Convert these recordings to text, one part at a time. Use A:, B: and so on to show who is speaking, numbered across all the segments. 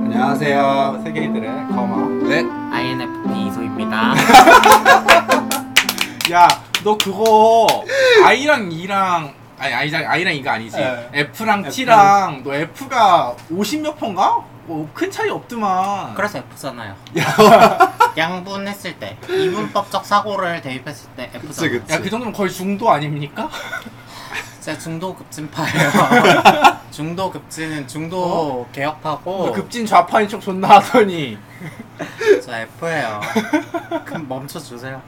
A: 안녕하세요. 세계이들의 거마.
B: 네.
C: INFP 이소입니다.
B: 야, 너 그거 I랑 E랑 아니 I랑 I랑 E가 아니지.
A: 네.
B: F랑
A: F.
B: T랑 너 F가 50몇 퍼인가? 뭐 큰 차이 없더만.
C: 그래서 F잖아요. 양분했을 때 이분법적 사고를 대입했을 때
D: 그치
C: F잖아요.
D: 그치
B: 야, 그 정도면 거의 중도 아닙니까?
C: 제가 중도 급진파예요. 중도 급진은 중도
D: 어?
C: 개혁파고
B: 급진 좌파인 척 존나 하더니.
C: 저 F예요. 그럼 멈춰 주세요.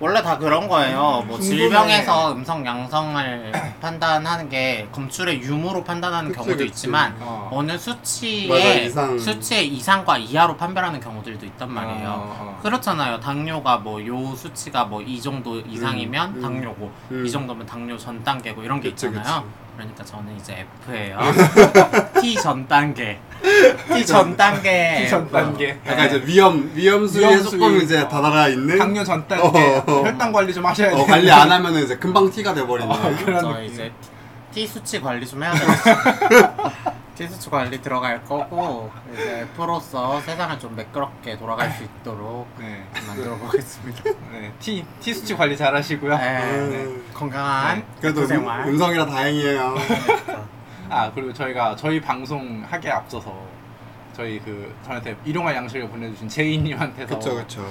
C: 원래 다 그런 거예요. 뭐
B: 중도네.
C: 질병에서 음성 양성을 판단하는 게 검출의 유무로 판단하는
D: 그치,
C: 경우도
D: 그치.
C: 있지만
B: 어.
C: 어느
D: 맞아,
C: 수치의
D: 이상.
C: 수치의 이상과 이하로 판별하는 경우들도 있단 말이에요.
B: 어, 어.
C: 그렇잖아요. 당뇨가 뭐 요 수치가 뭐 이 정도 이상이면 당뇨고
D: 음.
C: 이 정도면 당뇨 전 단계고 이런 게
D: 그치,
C: 있잖아요. 그러니까 저는 이제 F예요. T 전 단계. T 전 단계.
B: T 전 단계.
D: 약간 이제 위험 위험 수위에
B: 위험
D: 조금
B: 수위.
D: 이제 다다라 있는
B: 당뇨 전 단계.
D: 어.
B: 혈당 관리 좀 하셔야 돼.
D: 어, 관리 안 하면 이제 금방 티가 돼버리는
B: 그런
C: 저
B: 느낌.
C: 이제 T 수치 관리 좀 해야 되겠어. T 수치 관리 들어갈 거고 이제 F로서 세상을 좀 매끄럽게 돌아갈 수 있도록
B: 네.
C: 만들어 보겠습니다.
B: 네. T T 수치 관리 잘 하시고요.
C: 네.
D: 음.
C: 건강한
D: 그래도 음,
C: 생활. 네,
D: 음성이라 다행이에요
B: 아 그리고 저희가 저희 방송 하기에 앞서서 저희 그 저한테 일용할 양식을 보내주신 제이님한테서
D: 그쵸 그쵸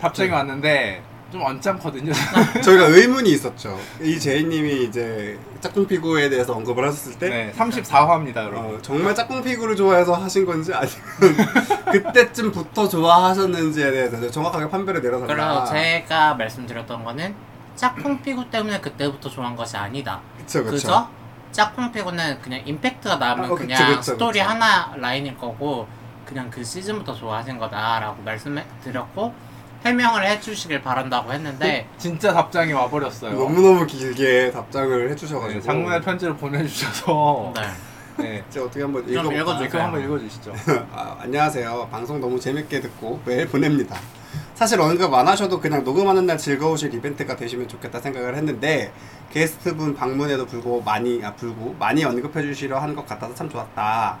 B: 답장이 왔는데 좀 언짢거든요.
D: 저희가 의문이 있었죠 이 제이님이 이제 짝꿍 피구에 대해서 언급을 하셨을 때
B: 네, 아, 34화입니다, 여러분.
D: 어, 정말 짝꿍 피구를 좋아해서 하신 건지 아니면 그때쯤부터 좋아하셨는지에 대해서 이제 정확하게 판별을 내려달라
C: 그래서 제가 말씀드렸던 거는 짝꿍 피구 때문에 그때부터 좋아한 것이 아니다.
D: 그쵸 그쵸
C: 그죠? 짝꿍 피구는 그냥 임팩트가
D: 그렇죠. 아,
C: 나면
D: 어, 그쵸,
C: 그냥
D: 그쵸,
C: 스토리
D: 그쵸.
C: 하나 라인일 거고 그냥 그 시즌부터 좋아하신 거다라고 말씀드렸고 해명을 해주시길 바란다고
D: 네.
C: 했는데
B: 진짜 답장이 와버렸어요.
D: 너무너무 길게 답장을
B: 네,
D: 해주셔가지고
B: 장문의 편지를 보내주셔서
C: 네.
B: 네.
D: 제가 어떻게 한번
C: 좀
D: 읽어볼까요?
C: 읽어주세요.
B: 댓글 한번 읽어주시죠.
D: 아, 안녕하세요. 방송 너무 재밌게 듣고 매일 보냅니다. 사실 언급 안 하셔도 그냥 녹음하는 날 즐거우실 이벤트가 되시면 좋겠다 생각을 했는데 게스트분 방문에도 불고 많이 아 불고 많이 언급해 주시려 한 것 같아서 참 좋았다.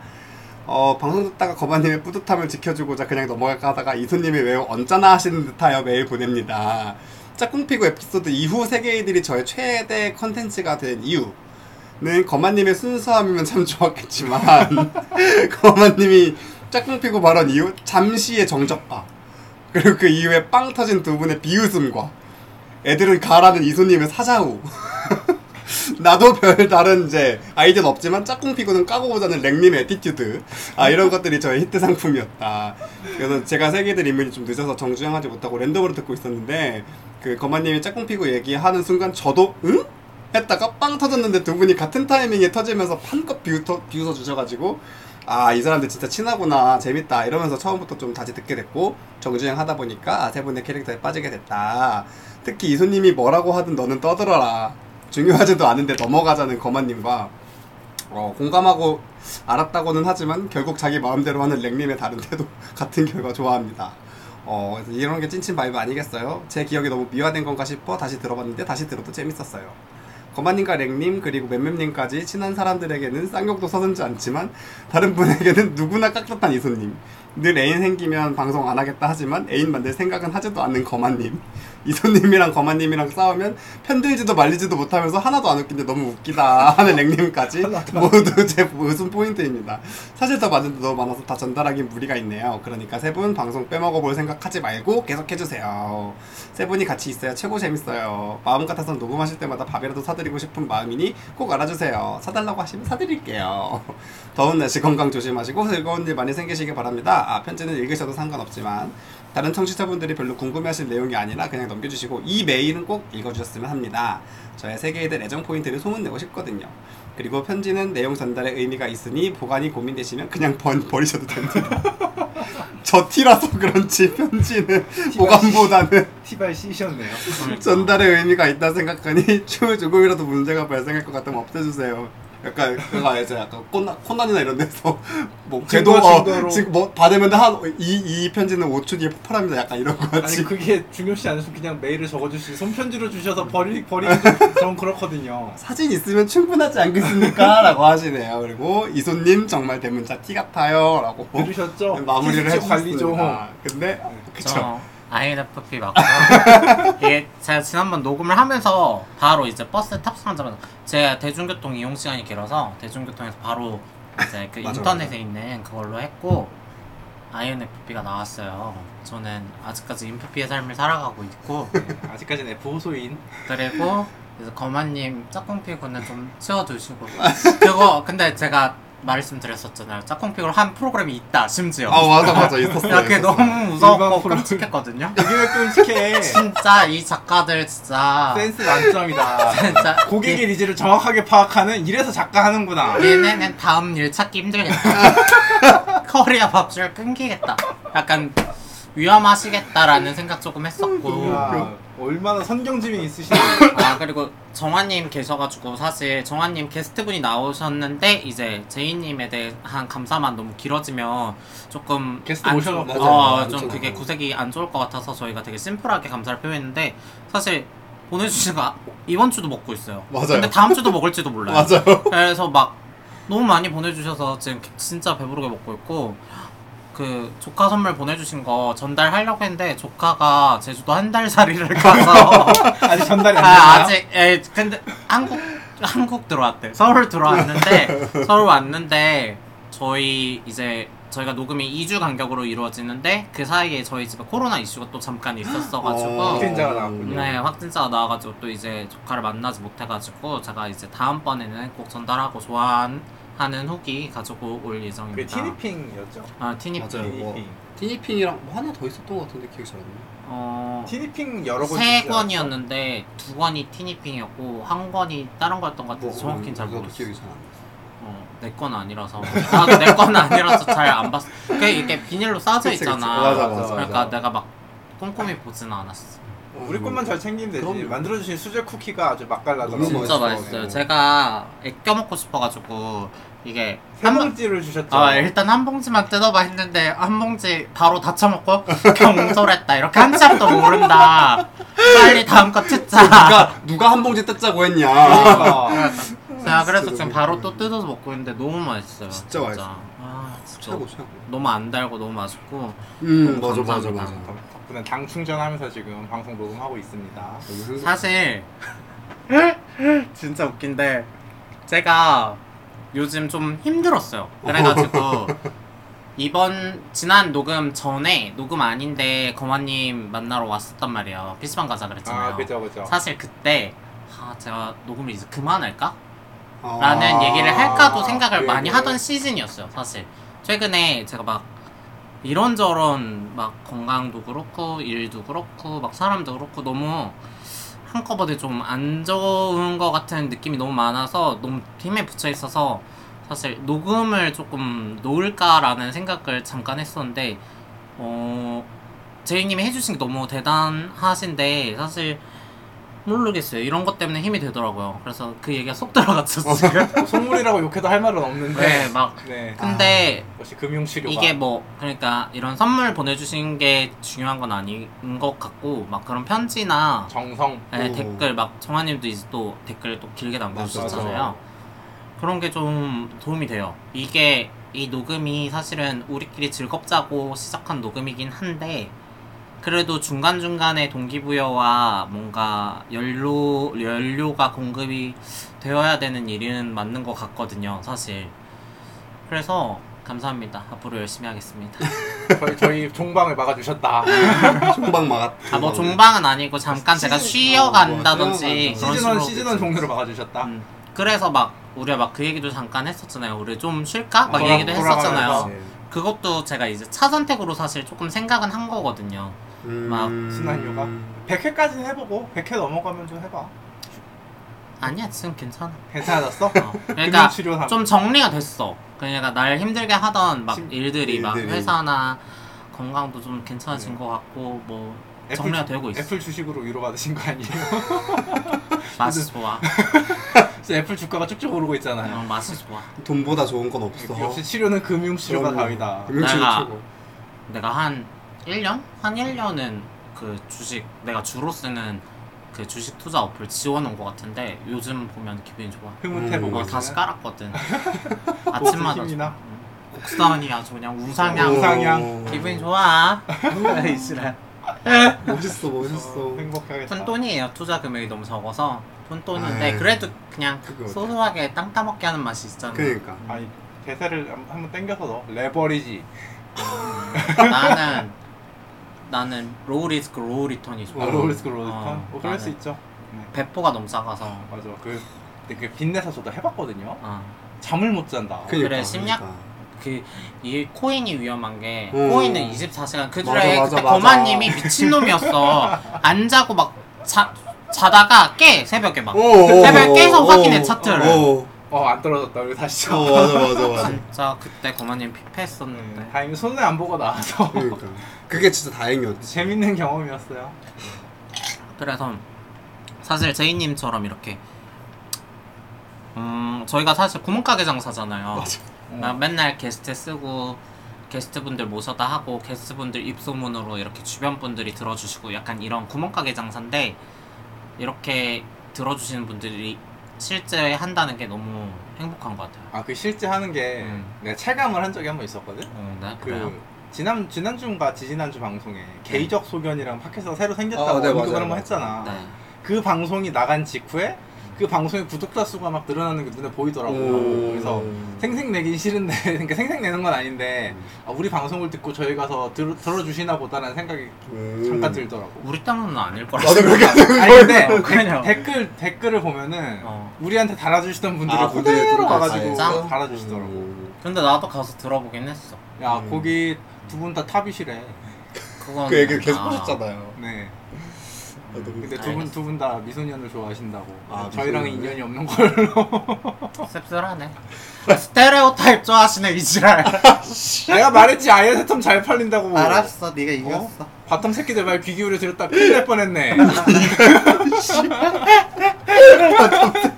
D: 어, 방송 듣다가 거반님의 뿌듯함을 지켜주고자 그냥 넘어갈까 하다가 이소님이 매우 언짢아 하시는 듯하여 메일 보냅니다. 짝꿍피구 에피소드 이후 세계이들이 저의 최대 컨텐츠가 된 이유는 네, 거만님의 순수함이면 참 좋았겠지만 거만님이 짝꿍피구 발언 이후 잠시의 정적과 그리고 그 이후에 빵 터진 두 분의 비웃음과 애들은 가라는 이소님의 사자우 나도 별 다른 이제 아이디어는 없지만 짝꿍 피구는 까고 보자는 랭님의 애티튜드 아 이런 것들이 저의 히트 상품이었다 그래서 제가 세계들 인물이 좀 늦어서 정주행하지 못하고 랜덤으로 듣고 있었는데 그 거만님이 짝꿍 피구 얘기하는 순간 저도 응? 했다가 빵 터졌는데 두 분이 같은 타이밍에 터지면서 판껏 비웃어, 비웃어 주셔가지고 아 이 사람들 진짜 친하구나 재밌다 이러면서 처음부터 좀 다시 듣게 됐고 정주행 하다 보니까 아, 세 분의 캐릭터에 빠지게 됐다 특히 이소님이 뭐라고 하든 너는 떠들어라 중요하지도 않은데 넘어가자는 거만님과 어, 공감하고 알았다고는 하지만 결국 자기 마음대로 하는 랭님의 다른 태도 같은 결과 좋아합니다. 어, 그래서 이런 게 찐친 바이브 아니겠어요? 제 기억이 너무 미화된 건가 싶어 다시 들어봤는데 다시 들어도 재밌었어요. 거만님과 랭님 그리고 맴맴님까지 친한 사람들에게는 쌍욕도 서슴지 않지만 다른 분에게는 누구나 깍듯한 이소님 늘 애인 생기면 방송 안 하겠다 하지만 애인 만들 생각은 하지도 않는 거만님 이소님이랑 거만님이랑 싸우면 편들지도 말리지도 못하면서 하나도 안 웃긴데 너무 웃기다 하는 랭님까지 모두 제 웃음 포인트입니다 사실 더 많은데 너무 많아서 다 전달하기 무리가 있네요 그러니까 세 분 방송 빼먹어볼 생각하지 말고 계속 해주세요 세 분이 같이 있어야 최고 재밌어요 마음 같아서 녹음하실 때마다 밥이라도 사드리고 싶은 마음이니 꼭 알아주세요 사달라고 하시면 사드릴게요 더운 날씨 건강 조심하시고 즐거운 일 많이 생기시길 바랍니다. 아, 편지는 읽으셔도 상관없지만 다른 청취자분들이 별로 궁금해하실 내용이 아니라 그냥 넘겨주시고 이 메일은 꼭 읽어주셨으면 합니다. 저의 세계이들 애정 포인트를 소문내고 싶거든요. 그리고 편지는 내용 전달에 의미가 있으니 보관이 고민되시면 그냥 번, 버리셔도 됩니다. 저 티라서 그런지 편지는 보관보다는
B: 티발 씨셨네요.
D: 전달의 의미가 있다 생각하니 추후 조금이라도 문제가 발생할 것 같으면 없애주세요. 약간 그가 이제 약간 콘나, 콘난이나 이런 데서 뭐
B: 증거,
D: 제도 어,
B: 증거로.
D: 지금 뭐 받으면 한이이 편지는 5초 뒤에 폭발합니다. 약간 이런 거
B: 아니
D: 같이.
B: 그게 중요시 않으면 그냥 메일을 적어주시 손편지로 주셔서 버리 버리는 전 그렇거든요.
D: 사진 있으면 충분하지 않겠습니까? 라고 하시네요. 그리고 이소님 정말 대문자 티 같아요. 라고
B: 들으셨죠? 뭐.
D: 마무리를
B: 티셔츠 아,
D: 해주셨습니다. 근데 어, 그쵸.
C: 네, 저 INFP 맞고 이게 제가 지난번 녹음을 하면서 바로 이제 버스 탑승하자마자 제가 대중교통 이용 시간이 길어서 대중교통에서 바로 이제 그
D: 맞아,
C: 인터넷에
D: 맞아.
C: 있는 그걸로 했고 INFP가 나왔어요. 저는 아직까지 인프피의 삶을 살아가고 있고
B: 아직까지는 F 호소인.
C: 그리고 이제 거마님 짝꿍피구는 좀 치워주시고 그거 근데 제가 말씀드렸었잖아요. 짝꿍피구 한 프로그램이 있다 심지어.
D: 아 맞아 맞아 있었어요.
C: 야, 그게
D: 있었어요.
C: 너무
B: 일반
C: 무서웠고
B: 프로그램.
C: 끔찍했거든요.
B: 이게 왜 끔찍해?
C: 진짜 이 작가들 진짜
B: 센스 만점이다.
C: 진짜
B: 고객의 니즈를 정확하게 파악하는 이래서 작가 하는구나.
C: 얘- 얘네는 다음 일 찾기 힘들겠다. 커리어 밥줄 끊기겠다. 약간 위험하시겠다라는 생각 조금
B: 음,
C: 했었고.
D: 아.
B: 야, 그 얼마나 선경지이 있으신지.
C: 아 그리고 정화님 계셔가지고 사실 정화님 게스트분이 나오셨는데 이제 제이님에 대한 감사만 너무 길어지면 조금
B: 게스트
C: 안
B: 모셔놓고
C: 좋-
D: 맞아요.
C: 어, 좀
D: 엄청
C: 그게
D: 많아요.
C: 구색이 안 좋을 것 같아서 저희가 되게 심플하게 감사를 표현했는데 사실 보내주신 거 아- 이번 주도 먹고 있어요.
D: 맞아요.
C: 근데 다음 주도 먹을지도 몰라요.
D: 맞아요.
C: 그래서 막 너무 많이 보내주셔서 지금 진짜 배부르게 먹고 있고 그 조카 선물 보내주신 거 전달하려고 했는데 조카가 제주도 한 달 살이를 가서
B: 아직 전달이 안
C: 아,
B: 됐나요?
C: 아직 에 근데 한국 한국 들어왔대. 서울 들어왔는데 서울 왔는데 저희 이제 저희가 녹음이 2주 간격으로 이루어지는데 그 사이에 저희 집에 코로나 이슈가 또 잠깐
B: 아,
D: 어.
C: 있었어가지고
B: 확진자가 나왔군요.
C: 네 확진자가 나와가지고 또 이제 조카를 만나지 못해가지고 제가 이제 다음번에는 꼭 전달하고 좋아하는 후기 가지고 올
B: 그
C: 예정입니다.
B: 티니핑이었죠?
C: 아 티니
D: 맞아요. 뭐.
B: 티니핑.
D: 티니핑이랑 뭐 하나 더 있었던 것 같은데 기억이 잘 안 나.
C: 어
B: 티니핑 여러 권.
C: 세
B: 있지 않았어요?
C: 권이었는데 두 권이 티니핑이었고 한 권이 다른 거였던 것 같은데 뭐
D: 뭐,
C: 정확히는 잘
D: 나도
C: 모르겠어요.
D: 기억이 잘 안 나.
C: 어, 내 건 아니라서 나도 내 건 아니라서 잘 안 봤어. 그 이게 비닐로 싸져
D: 그치, 그치.
C: 있잖아.
D: 맞아, 맞아,
C: 그러니까
D: 맞아.
C: 내가 막 꼼꼼히 보지는 않았어.
B: 우리 것만 잘 챙기면 되지.
D: 그럼요.
B: 만들어주신 수제 쿠키가 아주 맛깔나더라고요. 네.
D: 너무
C: 진짜
D: 맛있어.
C: 맛있어요. 제가 애껴 먹고 싶어가지고 이게
B: 세
C: 한 봉.
B: 번째를 주셨죠.
C: 아 일단 한 봉지만 뜯어봐 했는데 한 봉지 바로 다 처먹고 경솔했다 이렇게 한참도 모른다 빨리 다음 거 뜯자
D: 누가 누가 한 봉지 뜯자고 했냐.
B: 그러니까.
C: 제가 그래서 지금 바로 또 뜯어서 먹고 있는데 너무 맛있어요
D: 진짜 맛있어.
C: 아 진짜
D: 최고 최고.
C: 너무 안 달고 너무 맛있고
D: 음 맞아 맞아
C: 감사합니다.
D: 맞아.
B: 덕분에 당 충전하면서 지금 방송 녹음하고 있습니다. 아,
C: 사실 진짜 웃긴데 제가 요즘 좀 힘들었어요. 그래가지고 이번 지난 녹음 전에 녹음 아닌데 거마님 만나러 왔었단 말이에요. PC방 가자 그랬잖아요.
B: 아 그죠 그죠.
C: 사실 그때 아 제가 녹음을 이제 그만할까?
D: 아.
C: 라는 얘기를 할까도 생각을
B: 네,
C: 많이
B: 네.
C: 하던 시즌이었어요, 사실. 최근에 제가 막 이런저런 막 건강도 그렇고 일도 그렇고 막 사람도 그렇고 너무 한꺼번에 좀 안 좋은 것 같은 느낌이 너무 많아서 너무 힘에 붙여 있어서 사실 녹음을 조금 놓을까라는 생각을 잠깐 했었는데 어 제이님이 해주신 게 너무 대단하신데 사실 모르겠어요 이런 것 때문에 힘이 되더라고요 그래서 그 얘기가 쏙 들어갔었어요
B: 뭐 속물이라고 욕해도 할 말은
C: 네,
B: 없는데.
C: 막
B: 네.
C: 근데
B: 역시 금융치료가.
C: 이게 뭐 그러니까 이런 선물 보내주신 게 중요한 건 아닌 것 같고 막 그런 편지나
B: 정성.
C: 네,
D: 오.
C: 댓글 막 정아님도 이제 또 댓글 또 길게
B: 맞아.
C: 남겨주셨잖아요. 그런 게 좀 도움이 돼요. 이게 이 녹음이 사실은 우리끼리 즐겁자고 시작한 녹음이긴 한데 그래도 중간 중간에 동기부여와 뭔가 연료 연료가 공급이 되어야 되는 일은 맞는 것 같거든요, 사실. 그래서 감사합니다. 앞으로 열심히 하겠습니다.
B: 저희, 저희 종방을 막아주셨다.
D: 음, 종방 막았.
C: 아 뭐
B: 네.
C: 종방은 아니고 잠깐
D: 시즌-
C: 제가
D: 어,
C: 쉬어간다든지
D: 맞아, 맞아.
C: 그런
B: 뭐, 시즌 원
C: 식으로
B: 시즌 원 종료를 막아주셨다.
C: 음, 그래서 막 우리가 막 그 얘기도 잠깐 했었잖아요. 우리 좀 쉴까? 막
B: 돌아-
C: 얘기도 했었잖아요.
D: 네.
B: 돌아가면서. 네.
C: 그것도 제가 이제 차 선택으로 사실 조금 생각은 한 거거든요. 막
B: 순환 요가? 100회까지는 해보고 100회 넘어가면 좀 해봐.
C: 아니야 지금 괜찮아.
B: 괜찮아졌어?
C: 어. 그러니까
B: 금융치료 삼-
C: 좀 정리가 됐어. 그러니까 날 힘들게 하던 막 일들이 막
D: 일들이.
C: 회사나 건강도 좀 괜찮아진
B: 네.
C: 것 같고 뭐 정리가
B: 주-
C: 되고 있어.
B: 애플 네. 주식으로 위로 받으신 거 아니에요?
C: 맛이 좋아.
B: 지금 애플 주가가 쭉쭉 오르고 있잖아요. 그
C: 그냥 맛이 어, 좋아.
D: 돈보다 좋은 건 없어.
B: 역시 치료는 금융 치료가 답이다.
D: 금융치료
C: 내가-
D: 최고.
C: 내가 한 1년? 한 1년은 그 주식 내가 주로 쓰는 그 주식 투자 어플 지워놓은 것 같은데 요즘 보면 기분이 좋아.
B: 흐뭇해
D: 음.
B: 보고
C: 어,
B: 있으면
C: 다시 깔았거든. 아침마다
B: 힘이 나?
C: 좀. 곡선이 아주 그냥 우상향.
D: 오.
B: 우상.
C: 기분이 좋아. 이시라.
D: 멋있어 멋있어. 그러니까.
B: 어, 행복하겠다.
C: 톤돈이에요. 투자 금액이 너무 적어서 톤돈인데
D: 아유,
C: 그래도 그냥
D: 그게 어떡해.
C: 소소하게 땅 따먹게 하는 맛이 있잖아.
D: 그러니까
B: 아니 대세를 한- 한번 땡겨서 넣어. 레버리지.
C: 나는 나는 로우 리스크 로우 리턴이 좋아.
B: 아,
D: 어.
B: 로리스크 로리턴.
C: 어,
B: 뭐 그럴 수
C: 나는.
B: 있죠. 네.
C: 배포가 너무 작아서.
B: 맞아. 그 근데 그 빚내서 저도 해봤거든요.
C: 어.
B: 잠을 못 잔다.
D: 그러니까,
C: 그래, 심리학-
D: 그러니까.
C: 그 이 코인이 위험한 게
D: 음.
C: 코인은 24시간 그
D: 맞아,
C: 줄에
D: 맞아,
C: 그때
D: 맞아.
C: 거만님이 미친놈이었어 안 자고 막 자, 자다가 깨 새벽에
D: 어,
C: 막
D: 오, 오,
C: 새벽에
D: 오,
C: 깨서
D: 오,
C: 그 확인해
D: 오,
C: 차트를
D: 오, 오.
B: 어안 떨어졌다. 우리 다시 쳐.
D: 어, 맞아 맞아 맞아.
C: 진짜 그때 거만님
B: 네,
C: 피폐했었는데
B: 다행히 손해 안 보고 나와서
D: 그러니까 그게 진짜 다행이었지.
B: 재밌는 경험이었어요.
C: 그래서 사실 제이님처럼 이렇게 음 저희가 사실 구멍가게 장사잖아요 나 맨날 게스트 쓰고 게스트분들 모셔다 하고 게스트분들 입소문으로 이렇게 주변 분들이 들어주시고 약간 이런 구멍가게 장사인데 이렇게 들어주시는 분들이 실제 한다는 게 너무 행복한 것 같아요.
B: 아 그 실제 하는 게
C: 음.
B: 내가 체감을 한 적이 한 번 있었거든.
C: 어, 나 그래요.
B: 그 지난 지난주인가 지지난주 방송에 게이적 소견이랑 팟캐스트가 새로 생겼다고
D: 어, 네,
B: 언급을
D: 맞아요,
B: 한번
D: 맞아요.
B: 했잖아.
C: 네.
B: 그 방송이 나간 직후에 그 방송의 구독자 수가 막 늘어나는 게 눈에 보이더라고.
D: 오.
B: 그래서
D: 음.
B: 생색 내긴 싫은데 그러니까 생색 내는 건 아닌데 아, 우리 방송을 듣고 저희 가서 들, 어주시나 보다라는 생각이
D: 음.
B: 잠깐 들더라고.
C: 우리 땅은 아닐 거라.
D: 나도 그렇게
B: 아니 근데
C: 어, 그냥.
B: 댓글 댓글을 보면은
C: 어.
B: 우리한테 달아주시던 분들이
D: 아, 분들이
B: 그대로
D: 또
B: 와가지고
C: 진짜?
B: 달아주시더라고.
D: 음.
C: 근데 나도 가서 들어보긴 했어.
B: 야
D: 음.
B: 거기 두 분 다 탑이시래.
C: 그건
D: 그 얘기를 계속
C: 아,
D: 하셨잖아요.
B: 네.
D: 아, 너무
B: 근데 두
D: 좋아요.
B: 분 두 분 다 미소년을 좋아하신다고.
D: 아,
B: 저희랑은
D: 미소년을?
B: 인연이 없는 걸로.
C: 씁쓸하네. 아, 스테레오타입 좋아하시네 이지랄.
B: 내가 말했지 아이언 세텀 잘 팔린다고.
C: 알았어, 네가
B: 이겼어. 바텀 새끼들 말 귀 기울여 들었다 큰일 날 뻔했네.